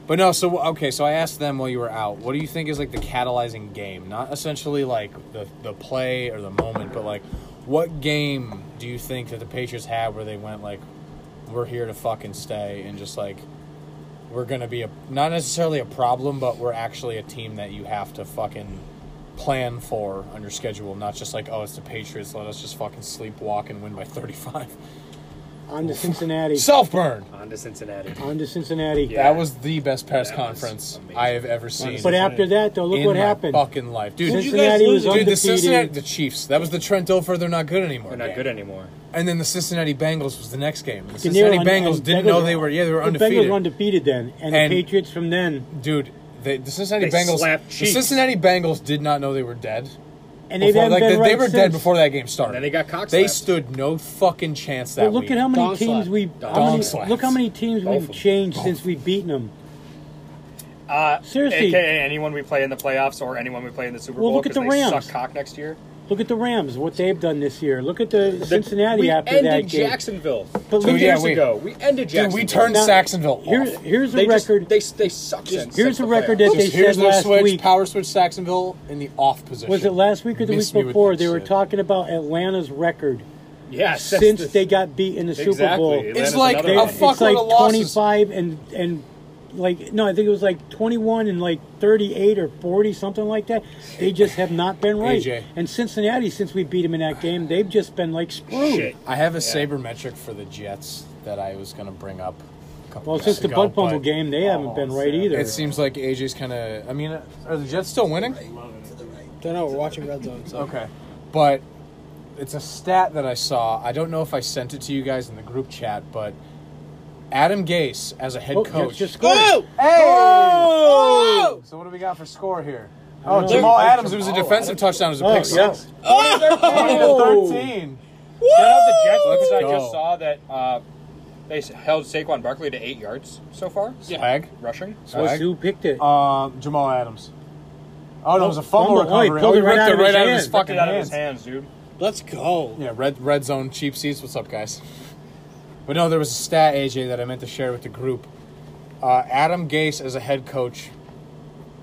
S5: But no, so okay, so I asked them while you were out, what do you think is like the catalyzing game? Not essentially like the the play or the moment, but like what game do you think that the Patriots had where they went like we're here to fucking stay and just like we're going to be a not necessarily a problem, but we're actually a team that you have to fucking plan for on your schedule, not just like oh, it's the Patriots, let us just fucking sleepwalk and win by 35. [laughs]
S4: On to Cincinnati.
S5: Self burn.
S7: On to Cincinnati.
S4: On to Cincinnati.
S7: Yeah.
S5: That was the best press
S7: That was
S5: conference
S7: amazing.
S5: I have ever seen.
S4: But after that, though, look
S5: in
S4: what
S5: my
S4: happened.
S5: Fucking life, dude.
S1: Who'd you guys
S4: Cincinnati was
S1: lose to?
S5: Dude, the
S4: undefeated.
S5: Cincinnati, the Chiefs. That was the Trent Dilfer. They're not good anymore.
S7: They're not good anymore.
S5: And then the Cincinnati Bengals was the next game. The
S4: And they were
S5: Cincinnati
S4: un-
S5: Bengals
S4: and
S5: didn't
S4: Bengals-
S5: know they were. Yeah, they were undefeated.
S4: The Bengals were undefeated then, and,
S5: And-
S4: the Patriots from then,
S5: dude, they, the Cincinnati
S7: They
S5: Bengals.
S7: slapped
S5: The
S7: Chiefs.
S5: Cincinnati Bengals did not know they were dead.
S4: and they've
S5: Before, like,
S4: been
S5: they,
S4: right
S5: they were
S4: since.
S5: dead before that game
S7: And
S5: started.
S7: then they got cock
S5: They
S7: slapped.
S5: stood no fucking chance that
S4: But look
S5: week.
S4: at how many
S1: Dong
S4: teams
S1: slap.
S4: we
S5: Dong
S4: how many,
S5: slaps.
S4: look how many teams
S7: Both of
S4: we've
S7: them.
S4: changed since we've beaten them.
S7: Uh,
S4: Seriously.
S7: AKA anyone we play in the playoffs or anyone we play in the Super
S4: Well,
S7: Bowl
S4: look at
S7: 'cause
S4: the
S7: they
S4: Rams.
S7: suck cock next year.
S4: Look at the Rams, what they've done this year. Look at the, Cincinnati
S7: we
S4: after
S7: ended
S4: that game.
S7: Jacksonville
S4: But
S7: two
S4: look-
S7: years
S5: Yeah, we-
S7: ago. We ended
S5: Dude,
S7: Jacksonville.
S5: we turned
S4: Now,
S5: Saxonville off.
S4: Here, here's a
S7: They just-
S4: record.
S7: they they suck. since-
S4: here's
S7: since
S4: a
S7: the
S4: record
S7: playoffs.
S4: that they
S5: Just here's
S4: said
S5: their
S4: last
S5: switch,
S4: week.
S5: power switch Saxonville in the off position.
S4: Was it last week or the
S5: Miss me
S4: week
S5: with
S4: before?
S5: that
S4: They were
S5: shit.
S4: talking about Atlanta's record
S7: Yes, that's
S4: since
S7: the-
S4: they got beat in the Super
S7: Exactly.
S4: Bowl.
S7: Atlanta's
S5: It's like
S7: another
S4: They-
S5: a
S7: one.
S5: fucking fuckload
S4: it's like
S5: of losses.
S4: 25 and and like no, I think it was like 21 and like 38 or 40 something like that. They just have not been right.
S5: AJ.
S4: And Cincinnati, since we beat them in that game, they've just been like screwed.
S7: Shit.
S5: I have a sabermetric for the Jets that I was going to bring up. a couple
S4: Well,
S5: minutes
S4: since the
S5: ago,
S4: Bud Pumble
S5: but
S4: game, they haven't
S7: Oh,
S4: been right
S7: sad.
S4: either.
S5: It seems like AJ's kind of. I mean, are the Jets still winning?
S1: Don't know. We're watching Red Zone. So.
S5: Okay. But it's a stat that I saw. I don't know if I sent it to you guys in the group chat, but Adam Gase as a head
S4: oh,
S5: coach.
S4: Jets just scored.
S1: Whoa!
S5: Hey!
S1: Oh!
S5: So what do we got for score here? Oh,
S4: know.
S5: Jamal Adams. It was a defensive touchdoon. It was a
S4: Oh,
S5: pick six.
S4: yeah.
S5: Oh! 13.
S7: Shout out the Jets
S5: Let's
S7: because I
S5: go.
S7: just saw that uh, they s- held Saquon Barkley to eight yards so far.
S5: Swag.
S7: Rushing.
S4: Was who picked it?
S5: Um, Jamal Adams. Oh, no, it was a fumble,
S4: Fumble. Oh, he
S5: recovery.
S4: pulled
S5: oh, he
S4: it right
S5: ripped
S4: out
S5: it
S4: of
S5: right
S4: his
S5: out of
S4: hand.
S5: his
S7: Ripped
S5: fucking
S7: it out of
S5: hands.
S7: his hands, dude.
S1: Let's go.
S5: Yeah, red red zone cheap seats. What's up, guys? But no, there was a stat AJ that I meant to share with the group. Uh, Adam Gase as a head coach.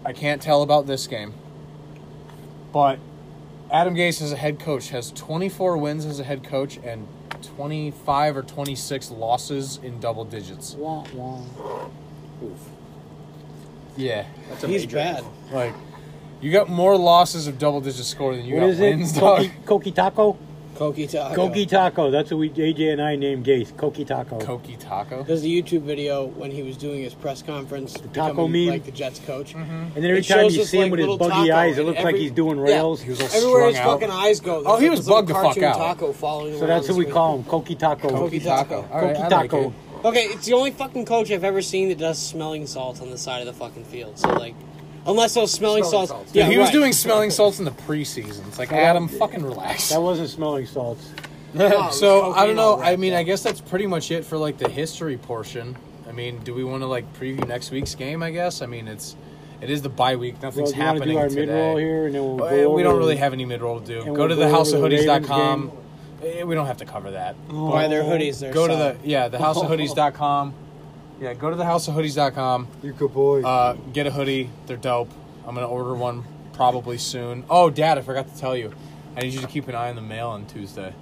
S5: I can't tell about this game, but Adam Gase as a head coach has 24 wins as a head coach and 25 or 26 losses in double digits.
S1: Wah, wah.
S5: Yeah,
S7: That's a
S1: He's
S7: major.
S1: bad.
S5: like you got more losses of double digit score than you
S4: What
S5: got
S4: is it?
S5: wins. dog.
S4: Koki, Koki Taco?
S1: Koki Taco.
S4: Koki Taco. That's what we AJ and I named Gase. Koki Taco.
S5: Koki Taco.
S1: There's the YouTube video when he was doing his press conference,
S4: taco
S1: becoming,
S4: meme?
S1: like the Jets coach.
S4: and every
S1: It
S4: time
S1: shows
S4: you
S1: us,
S4: see him
S1: like,
S4: with his
S1: little
S4: buggy
S1: taco
S4: eyes, it
S1: and
S4: looks like
S1: every-
S4: he's doing
S1: yeah.
S4: rails.
S5: He was all
S1: Everywhere his
S5: strung out.
S1: fucking eyes go.
S5: Oh, he
S1: there's
S5: was
S1: this little
S5: bugged the fuck
S1: cartoon
S5: out.
S1: Taco following
S4: So that's what we call him, Koki Taco.
S1: Koki Taco.
S5: All right,
S4: Koki
S5: I like
S4: Taco.
S5: it.
S1: Okay, it's the only fucking coach I've ever seen that does smelling salts on the side of the fucking field. So like, Unless those smelling,
S8: Smelling
S1: salts.
S8: salts.
S5: Yeah, he was
S1: right. [laughs]
S5: doing smelling salts in the preseason. It's like Adam, fucking relax.
S4: That wasn't smelling salts.
S5: [laughs]
S8: was
S5: so I
S8: cocaine
S5: don't know.
S8: all
S5: I
S8: wrapped
S5: mean, I
S8: up.
S5: guess that's pretty much it for like the history portion. I mean, do we want to like preview next week's game? I guess. I mean, it's it is the bye week.
S4: Well,
S5: Nothing's
S4: do you want to
S5: happening
S4: do our
S5: today.
S4: mid roll here, and then we'll
S1: Oh,
S5: Uh,
S4: go over
S5: we don't really
S4: the-
S5: have any mid roll to do. Go
S4: we'll
S5: to
S4: go
S5: the
S4: over
S5: house of
S4: the Ravens
S5: hoodies.com. Eh, We don't have to cover that.
S1: Buy their hoodies. They're
S5: Go to the
S1: solid.
S5: yeah, the house
S4: [laughs]
S5: of hoodies.com. Yeah, go to the house of hoodies.com.
S8: You good boy.
S5: Uh, get a hoodie. They're dope. I'm gonna order one probably soon. Oh, Dad, I forgot to tell you. I need you to keep an eye on the mail on Tuesday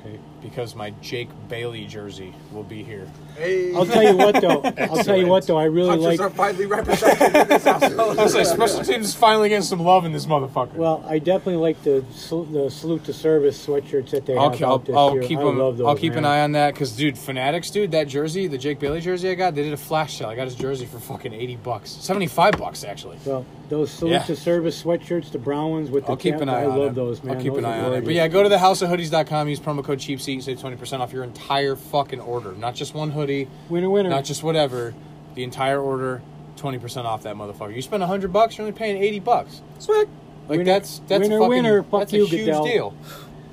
S4: Okay.
S5: because my Jake Bailey jersey will be [laughs] here.
S8: hey,
S4: I'll tell you
S1: [laughs]
S4: what though. I'll tell you what though. I really
S8: punches
S4: like.
S8: are finally represented in this household.
S5: I was like, special teams finally getting some love in this motherfucker.
S4: Well, I definitely like the sal- the salute to service sweatshirts that they
S5: I'll,
S4: have
S5: ke- I'll,
S4: out this
S5: I'll
S4: year.
S5: keep
S4: I
S5: 'em-
S4: love those,
S5: I'll keep
S4: man.
S5: an eye on that because, dude, Fanatics, dude, that jersey, the Jake Bailey jersey I got, they did a flash sale. I got his jersey for fucking eighty bucks, seventy five bucks actually.
S4: Well, those salute
S5: Yeah.
S4: to service sweatshirts, the brown ones with the
S5: I'll keep
S4: cap,
S5: an eye
S4: I
S5: on
S4: love
S5: it.
S4: those, man.
S5: I'll keep
S4: Those
S5: an
S4: are
S5: eye on it.
S4: gorgeous.
S5: But yeah, go to the houseofhoodies.com, use promo code cheap seat, save 20% off your entire fucking order. Not just one hoodie,
S4: winner, winner.
S5: not just whatever. The entire order, 20% off that motherfucker. You spend 100 bucks, you're only paying 80 bucks.
S4: Swag.
S5: Like
S4: Winner-
S5: that's that's
S4: winner,
S5: a fucking,
S4: winner, fuck
S5: that's
S4: you,
S5: a huge
S4: Goodell.
S5: deal.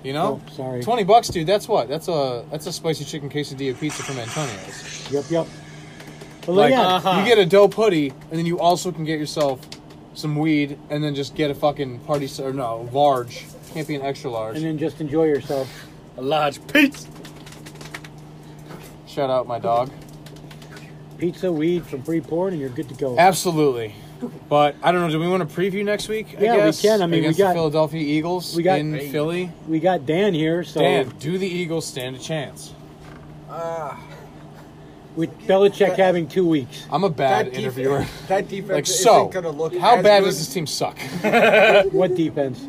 S5: You know?
S4: Oh, sorry.
S5: 20 bucks, dude. That's what? That's a that's a spicy chicken quesadilla pizza from Antonio's.
S4: Yep, yep. But
S5: Like uh-huh.
S4: yeah,
S5: you get a dope hoodie and then you also can get yourself some weed and then just get a fucking party s- or no, large. Can't be an extra large.
S4: and then just enjoy yourself.
S6: A large pizza.
S5: Shout out my dog.
S4: Pizza, weed from Freeport, and you're good to go.
S5: Absolutely. But I don't know. Do we want to preview next week? I
S4: Yeah, we
S5: guess,
S4: can. I mean, we
S5: against
S4: got-
S5: the Philadelphia Eagles
S4: we got-
S5: in
S4: Hey.
S5: Philly.
S4: we got Dan here, so
S5: Dan, do the Eagles stand a chance?
S4: with Belichick having two weeks.
S5: I'm a bad
S8: That
S5: interviewer.
S8: defense, that defense
S5: [laughs] Like
S8: isn't
S5: so,
S8: gonna look
S5: how
S8: as
S5: bad
S8: good.
S5: does this team suck?
S4: What defense?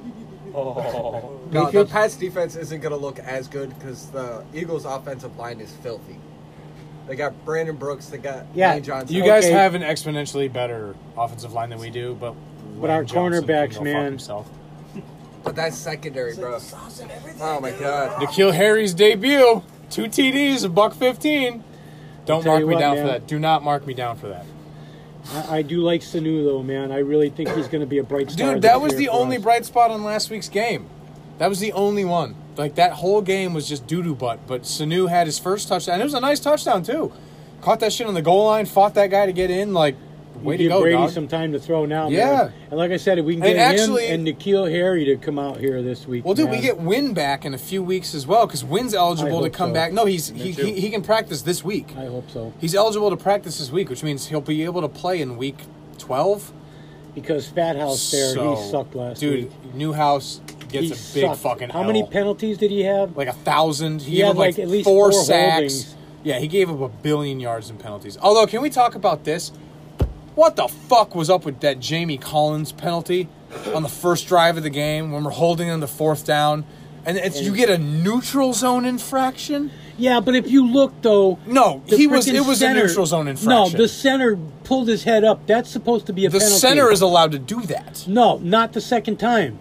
S8: No, the
S4: Patriots?
S8: Pats defense isn't going to look as good because the Eagles' offensive line is filthy. They got Brandon Brooks. They got
S4: Yeah,
S8: Lane
S5: [laughs]
S8: Johnson.
S5: You guys
S4: Okay.
S5: have an exponentially better offensive line than we do, but
S4: But our
S5: Lane Johnson can
S4: cornerbacks,
S5: go fuck
S4: man.
S5: himself.
S8: but that's secondary, bro. Oh my god.
S5: Nikhil Harry's debut, two TDs, a buck fifteen. Don't
S4: tell
S5: mark
S4: you
S5: me
S4: what,
S5: down
S4: man.
S5: for that. Do not mark me down for that.
S4: I, I do like Sanu though, man. I really think he's going to be a bright star.
S5: Dude,
S4: this
S5: that was
S4: year
S5: the
S4: for
S5: only
S4: us.
S5: bright spot on last week's game. That was the only one. Like that whole game was just doo doo butt. But Sanu had his first touchdown. It was a nice touchdown too. Caught that shit on the goal line. Fought that guy to get in. Like way
S4: You
S5: to
S4: give
S5: go,
S4: Brady
S5: dog.
S4: some time to throw now.
S5: Yeah.
S4: man. and like I said, if we can
S5: And
S4: get
S5: actually-
S4: him and Nikhil Harry to come out here this week.
S5: well, dude, we
S4: man.
S5: get Win back in a few weeks as well because Win's eligible to
S4: hope
S5: come
S4: so.
S5: back. No, he's he,
S6: too.
S5: he he can practice this week.
S4: I hope so
S5: He's eligible to practice this week, which means he'll be able to play in week twelve.
S4: because Fat House there
S5: So,
S4: he sucked last
S5: dude,
S4: week.
S5: Newhouse gets
S4: he
S5: a big
S4: sucked.
S5: fucking.
S4: How many
S5: L.
S4: penalties did he have?
S5: like a thousand. He,
S4: He
S5: gave
S4: had,
S5: up like,
S4: like, at least
S5: four,
S4: four
S5: sacks.
S4: holdings.
S5: Yeah, he gave up a billion yards in penalties. Although, can we talk about this? What the fuck was up with that Jamie Collins penalty on the first drive of the game when we're holding on the fourth down? And it's, you get a neutral zone infraction?
S4: Yeah, but if you look though,
S5: No,
S4: the
S5: he was-
S4: frickin'
S5: it was a neutral zone infraction.
S4: No, the center pulled his head up. That's supposed to be a
S5: The
S4: penalty.
S5: center is allowed to do that.
S4: no, not the second time.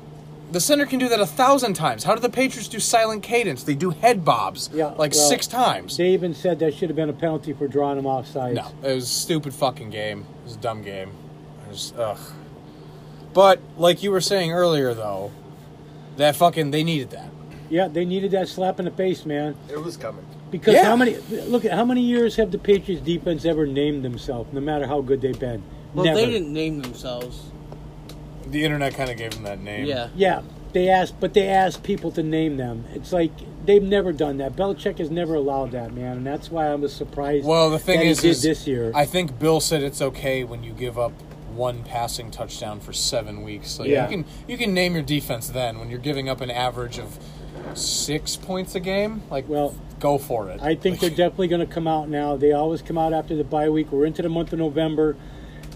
S5: The center can do that a thousand times. How do the Patriots do silent cadence? They do head bobs
S4: Yeah,
S5: like
S4: well,
S5: six times.
S4: They even said that should have been a penalty for drawing him offsides.
S5: No, it was a stupid fucking game. It was a dumb game. I just ugh. But like you were saying earlier, though, that fucking they needed that.
S4: Yeah, they needed that slap in the face, man.
S8: It was coming.
S4: Because
S5: Yeah.
S4: how many look at how many years have the Patriots defense ever named themselves, no matter how good they've been?
S1: Well,
S4: Never.
S1: they didn't name themselves.
S5: The internet kind of gave them that name.
S1: Yeah.
S4: Yeah, they asked, but they asked people to name them. It's like they've never done that. Belichick has never allowed that, man, and that's why I was surprised.
S5: Well, the thing
S4: that he
S5: is,
S4: did
S5: is
S4: this year,
S5: I think Bill said it's okay when you give up one passing touchdown for seven weeks. Like
S4: Yeah.
S5: you can you can name your defense then when you're giving up an average of six points a game. Like
S4: Well,
S5: go for it.
S4: I think
S5: [laughs]
S4: they're
S5: Like,
S4: definitely going to come out now. They always come out after the bye week. We're into the month of November,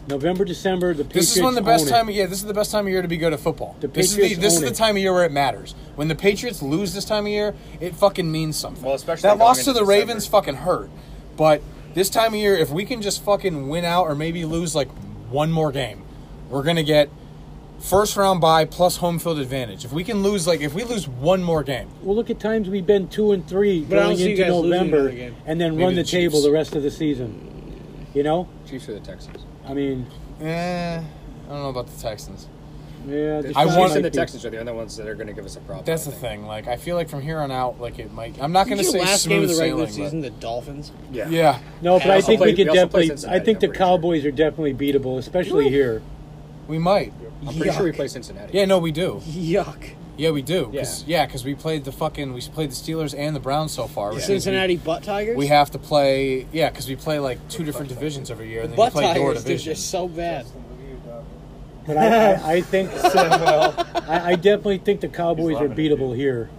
S4: November, December. The Patriots
S5: This is one of the best
S4: own it.
S5: time. Yeah, this is the best time of year to be good at football.
S4: The
S5: this is the
S4: Patriots
S5: this is
S4: own
S5: the
S4: it.
S5: time of year where it matters. When the Patriots lose this time of year, it fucking means something.
S6: Well, especially
S5: that
S6: going
S5: loss to
S6: into
S5: the
S6: December.
S5: Ravens fucking hurt. But this time of year, if we can just fucking win out or maybe lose like one more game, we're gonna get first round bye plus home field advantage. If we can lose like if we lose one more game,
S4: Well, look at times we've been two and three
S1: I
S4: going
S1: don't see you
S4: into
S1: guys losing
S4: November,
S1: another game.
S4: and then
S5: Maybe
S4: run
S5: the
S4: the, table
S5: Chiefs.
S4: the rest of the season. You know,
S6: Chiefs or the Texans?
S4: I mean,
S5: Eh, I don't know about the Texans. I
S4: Yeah, the
S7: I
S4: Chiefs
S5: want-
S7: want
S4: might
S7: the
S4: be-
S7: Texans are the only ones that are going to give us a problem.
S5: That's
S7: I
S5: the
S7: think.
S5: thing. Like, I feel like from here on out, like it might. I'm not going to
S1: Didn't
S5: say
S1: your last game
S5: smooth
S1: of the regular
S5: sailing,
S1: season, the Dolphins.
S7: Yeah.
S5: But, yeah,
S4: No, but
S1: And
S4: I
S1: also
S4: think
S7: play-
S4: we could
S7: we also play
S4: definitely. I
S7: Cincinnati,
S4: think the
S7: I'm pretty sure.
S4: Cowboys are definitely beatable, especially here.
S5: we might.
S7: I'm pretty sure we play Cincinnati.
S5: Yeah, no, we do.
S1: Yuck.
S5: Yeah, we do. Cause, yeah, because we played the fucking we played the Steelers and the Browns so far. which means
S1: Cincinnati Butt Tigers.
S5: We, we have to play. Yeah, because we play like two different divisions every year, and then
S1: Butt
S5: you play your
S1: Tigers. They're
S5: division.
S1: just so bad.
S4: But I, I, I think I, I definitely think the Cowboys are beatable here.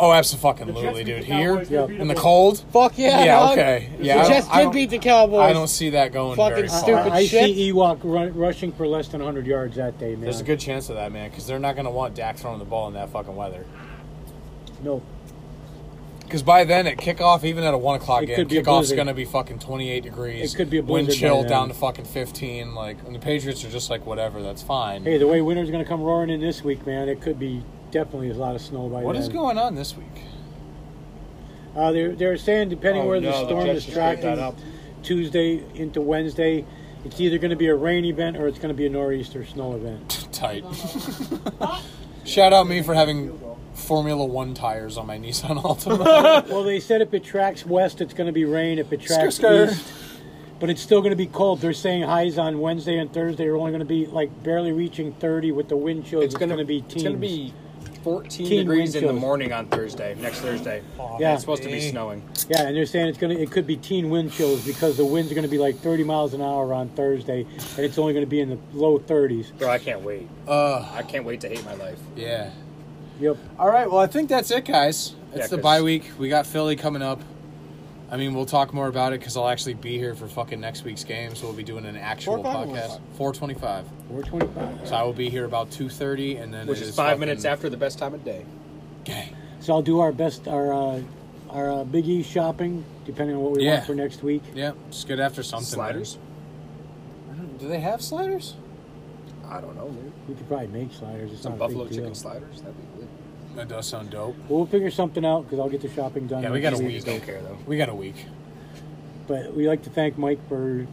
S5: Oh, absolutely, dude. Here
S4: Yeah.
S5: in the cold.
S1: Fuck yeah.
S5: Yeah,
S1: dog.
S5: okay. Yeah,
S1: The
S5: I don't-
S1: Jets
S5: I
S1: did
S5: don't-
S1: beat the Cowboys.
S5: I don't see that going
S1: Fucking
S5: very far.
S4: I,
S1: stupid
S4: I
S1: shit.
S4: see Ewok run, rushing for less than 100 yards that day, man.
S5: There's a good chance of that, man, because they're not going to want Dak throwing the ball in that fucking weather.
S4: no.
S5: Because by then, at kickoff, even at a one o'clock
S4: It
S5: game,
S4: could be a
S5: kickoff's
S4: blizzard.
S5: going to be fucking twenty eight degrees.
S4: It could be a
S5: wind
S4: blizzard by
S5: chill
S4: then.
S5: down to fucking fifteen. Like, and the Patriots are just like, whatever, that's fine.
S4: Hey, the way winter's going to come roaring in this week, man, it could be definitely a lot of snow by
S5: what
S4: then.
S5: is going on this week?
S4: Uh, they're, they're saying depending
S6: Oh,
S4: where
S6: no,
S4: the
S6: the
S4: storm
S6: Jets
S4: is
S6: just picked that
S4: tracking
S6: up.
S4: Tuesday into Wednesday, it's either going to be a rain event or it's going to be a nor'easter snow
S5: [laughs]
S4: event.
S5: Tight. Shout out me for having Formula One tires on my Nissan [laughs] Altima.
S4: well, they said if it tracks west, it's going to be rain. If it tracks
S5: skr.
S4: east, but it's still going to be cold. They're saying highs on Wednesday and Thursday are only going to be like barely reaching 30 with the wind chills. It's, going to be teens.
S7: It's going to be 14
S4: Teen
S7: degrees in the
S4: windshields.
S7: morning on Thursday. Next Thursday.
S4: Yeah.
S7: It's supposed to be snowing.
S4: Yeah, and they're saying it's gonna it could be teen wind chills because the winds are gonna be like thirty miles an hour on Thursday, and it's only gonna be in the low thirties.
S7: Bro, I can't wait.
S5: uh,
S7: I can't wait to hate my life.
S5: yeah.
S4: Yep.
S5: All right. Well, I think that's it, guys. It's
S7: Yeah,
S5: the
S7: 'cause-
S5: bye week. We got Philly coming up. I mean, we'll talk more about it because I'll actually be here for fucking next week's game, so we'll be doing an actual podcast. Four twenty-five.
S4: Four twenty five.
S5: So I will be here about two thirty, and then
S7: Which
S5: it
S7: is five
S5: fucking-
S7: minutes after the best time of day.
S5: Gang.
S4: So I'll do our best our uh, our uh, Big E shopping, depending on what we
S5: Yeah.
S4: want for next week.
S5: Yeah, just get after something. man.
S7: Sliders?
S5: Do they have sliders?
S7: I don't know, dude.
S4: We could probably make sliders. It's
S7: Some
S4: not a
S7: buffalo
S4: big deal.
S7: chicken sliders? That'd be good.
S5: That does sound dope.
S4: We'll figure something out because I'll get the shopping done.
S5: Yeah, we
S4: next
S5: got a
S4: week.
S5: week.
S7: Don't care, though.
S5: We got a week.
S4: But we like to thank Mike for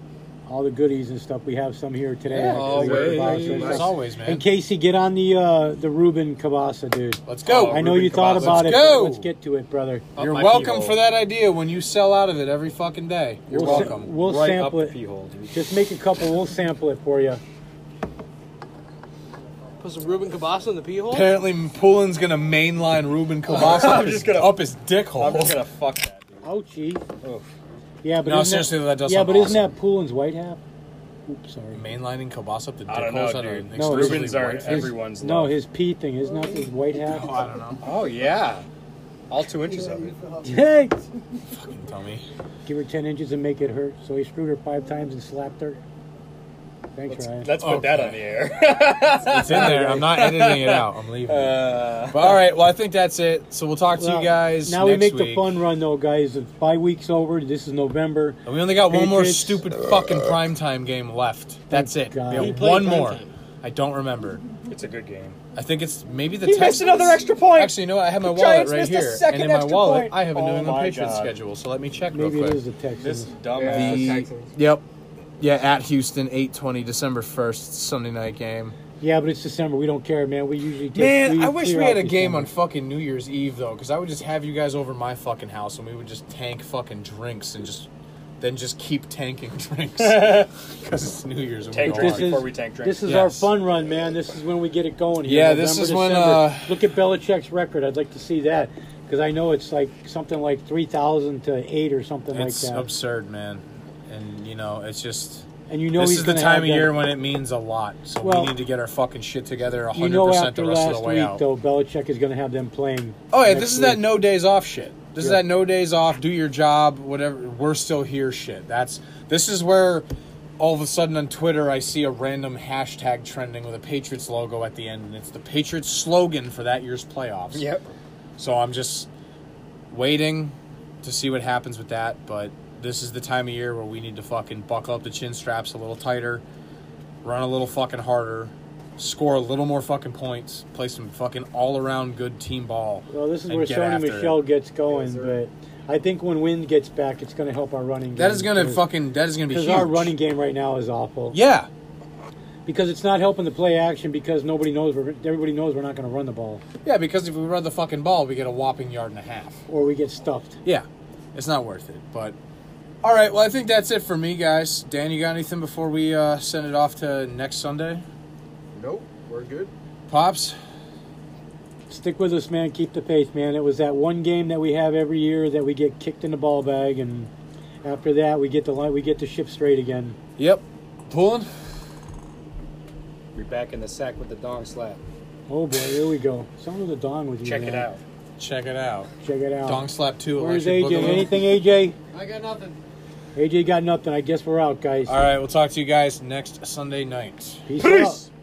S4: all the goodies and stuff. We have some here today.
S5: Yeah,
S4: actually, for the box and
S7: always.
S5: As
S4: stuff.
S5: always, man.
S4: And Casey, get on the uh, the Ruben Kabasa, dude.
S5: Let's go.
S4: I know
S7: Ruben
S4: you thought
S7: Kabasa.
S4: about
S5: Let's
S4: it. but
S5: go.
S4: Let's get to it, brother.
S7: Up
S5: You're
S7: my
S5: welcome
S7: pee
S5: for
S7: hole.
S5: that idea when you sell out of it every fucking day. You're
S4: We'll sa-
S5: welcome.
S4: we'll
S7: Right up
S4: sample
S7: the
S4: it.
S7: pee hole, dude.
S4: Just make a couple. We'll sample it for you.
S1: Put some Ruben Cabasa in the pee hole.
S5: Apparently, Poulin's gonna mainline
S7: [laughs]
S5: Ruben Kobasa up, his,
S7: gonna-
S5: up his dick hole.
S7: I'm just going to fuck that, dude.
S4: Ouchie.
S7: Oof.
S4: Yeah, but
S5: No,
S4: isn't
S5: seriously, that does
S4: Yeah,
S5: sound
S4: but isn't
S5: awesome.
S4: that Poulin's white hat? Oops, sorry.
S5: Mainlining Kobasa up the dick
S7: I don't
S5: holes.
S7: know,
S5: that are
S7: dude.
S4: No, it's-
S5: exclusively
S7: Rubens are
S5: white.
S4: His-
S7: everyone's
S4: no,
S7: love.
S4: his pee thing isn't that his white hat?
S5: [laughs] I don't know.
S7: Oh, yeah. All two inches of it.
S4: Hey,
S5: Fucking dummy.
S4: give her ten inches and make it hurt. So he screwed her five times and slapped her. Thanks, Ryan.
S7: Let's put that
S5: Okay.
S7: on the [laughs] air.
S5: It's in there. I'm not editing it out. I'm leaving. it.
S7: Uh,
S5: But all right. Well, I think that's it. So we'll talk to
S4: Well,
S5: you guys
S4: Now we
S5: next
S4: make the
S5: week.
S4: fun run though, guys. The bye week's over. This is November.
S5: And we only got one more
S4: Patriots.
S5: stupid fucking primetime game left. That's it.
S4: God.
S5: We
S4: Who
S5: have
S1: plays
S5: one more.
S1: primetime?
S5: I don't remember.
S7: it's a good game.
S5: I think it's maybe the
S7: He missed another extra point.
S5: Actually, you know what? I have my
S7: The
S5: wallet
S7: Giants
S5: right
S7: missed a
S5: here,
S7: second
S5: and in my
S7: extra
S5: wallet,
S7: point.
S5: I have a New
S7: Oh
S5: England
S7: my
S5: Patriots
S7: God.
S5: schedule. So let me check
S4: Maybe
S5: real
S4: it
S5: quick.
S4: is the Texans.
S7: This
S8: Yeah.
S7: dumbass.
S8: The-
S5: Yep. Yeah, at Houston, eight twenty, December first, Sunday night game.
S4: Yeah, but it's December. We don't care, man. We usually take,
S5: Man,
S4: we
S5: I wish
S4: clear
S5: we had
S4: out
S5: a game on
S4: December.
S5: fucking New Year's Eve though, because I would just have you guys over my fucking house and we would just tank fucking drinks and just then just keep tanking [laughs] drinks because it's New Year's. And
S7: Tank
S5: we don't
S7: drinks
S5: like-
S7: before we tank drinks.
S4: This is
S5: Yes.
S4: our fun run, man. This is when we get it going. Here,
S5: Yeah, this is when, uh,
S4: Look at Belichick's record. I'd like to see that because I know it's like something like three thousand to eight or something
S5: It's
S4: like that.
S5: absurd, man. And you know, it's just
S4: and you know
S5: this
S4: he's
S5: is the
S4: gonna
S5: time
S4: have
S5: of
S4: that-
S5: year when it means a lot. So
S4: Well,
S5: we need to get our fucking shit together 100%
S4: You know,
S5: the
S4: after
S5: rest
S4: last
S5: of the way
S4: week
S5: out.
S4: though, Belichick is going to have them playing.
S5: Oh yeah, this
S4: next
S5: is that
S4: week.
S5: no days off shit. This is
S4: Yeah.
S5: that no days off, do your job, whatever. We're still here shit. That's this is where all of a sudden on Twitter I see a random hashtag trending with a Patriots logo at the end and it's the Patriots slogan for that year's playoffs.
S7: Yep.
S5: So I'm just waiting to see what happens with that, but this is the time of year where we need to fucking buckle up the chin straps a little tighter, run a little fucking harder, score a little more fucking points, play some fucking all around good team ball.
S4: Well, this is
S5: and
S4: where
S5: get
S4: Sony
S5: after it.
S4: Michelle gets going, but I think when Wind gets back, it's going to help our running.
S5: That
S4: game [laughs]
S5: is gonna
S4: too.
S5: fucking that is gonna be
S4: because
S5: huge.
S4: our running game right now is awful.
S5: Yeah,
S4: because it's not helping the play action because nobody knows we're everybody knows we're not going to run the ball
S5: Yeah, because if we run the fucking ball, we get a whopping yard and a half.
S4: or we get stuffed.
S5: Yeah, it's not worth it. But all right, well, I think that's it for me, guys. Dan, you got anything before we uh, send it off to next Sunday?
S8: Nope, we're good.
S5: Pops,
S4: Stick with us, man. Keep the faith, man. It was that one game that we have every year that we get kicked in the ball bag, and after that we get the line, we get the ship straight again.
S5: yep, pulling.
S7: You're back in the sack with the dong slap.
S4: Oh boy, here we go. Someone with a dong with you.
S7: Check it
S4: man.
S7: out.
S5: Check it out.
S4: Check it out.
S5: Dong slap two.
S4: Where's AJ?
S5: electric boogaloo.
S4: Anything, AJ?
S1: I got nothing.
S4: AJ got nothing. I guess we're out, guys.
S5: All right, we'll talk to you guys next Sunday night.
S4: Peace. out.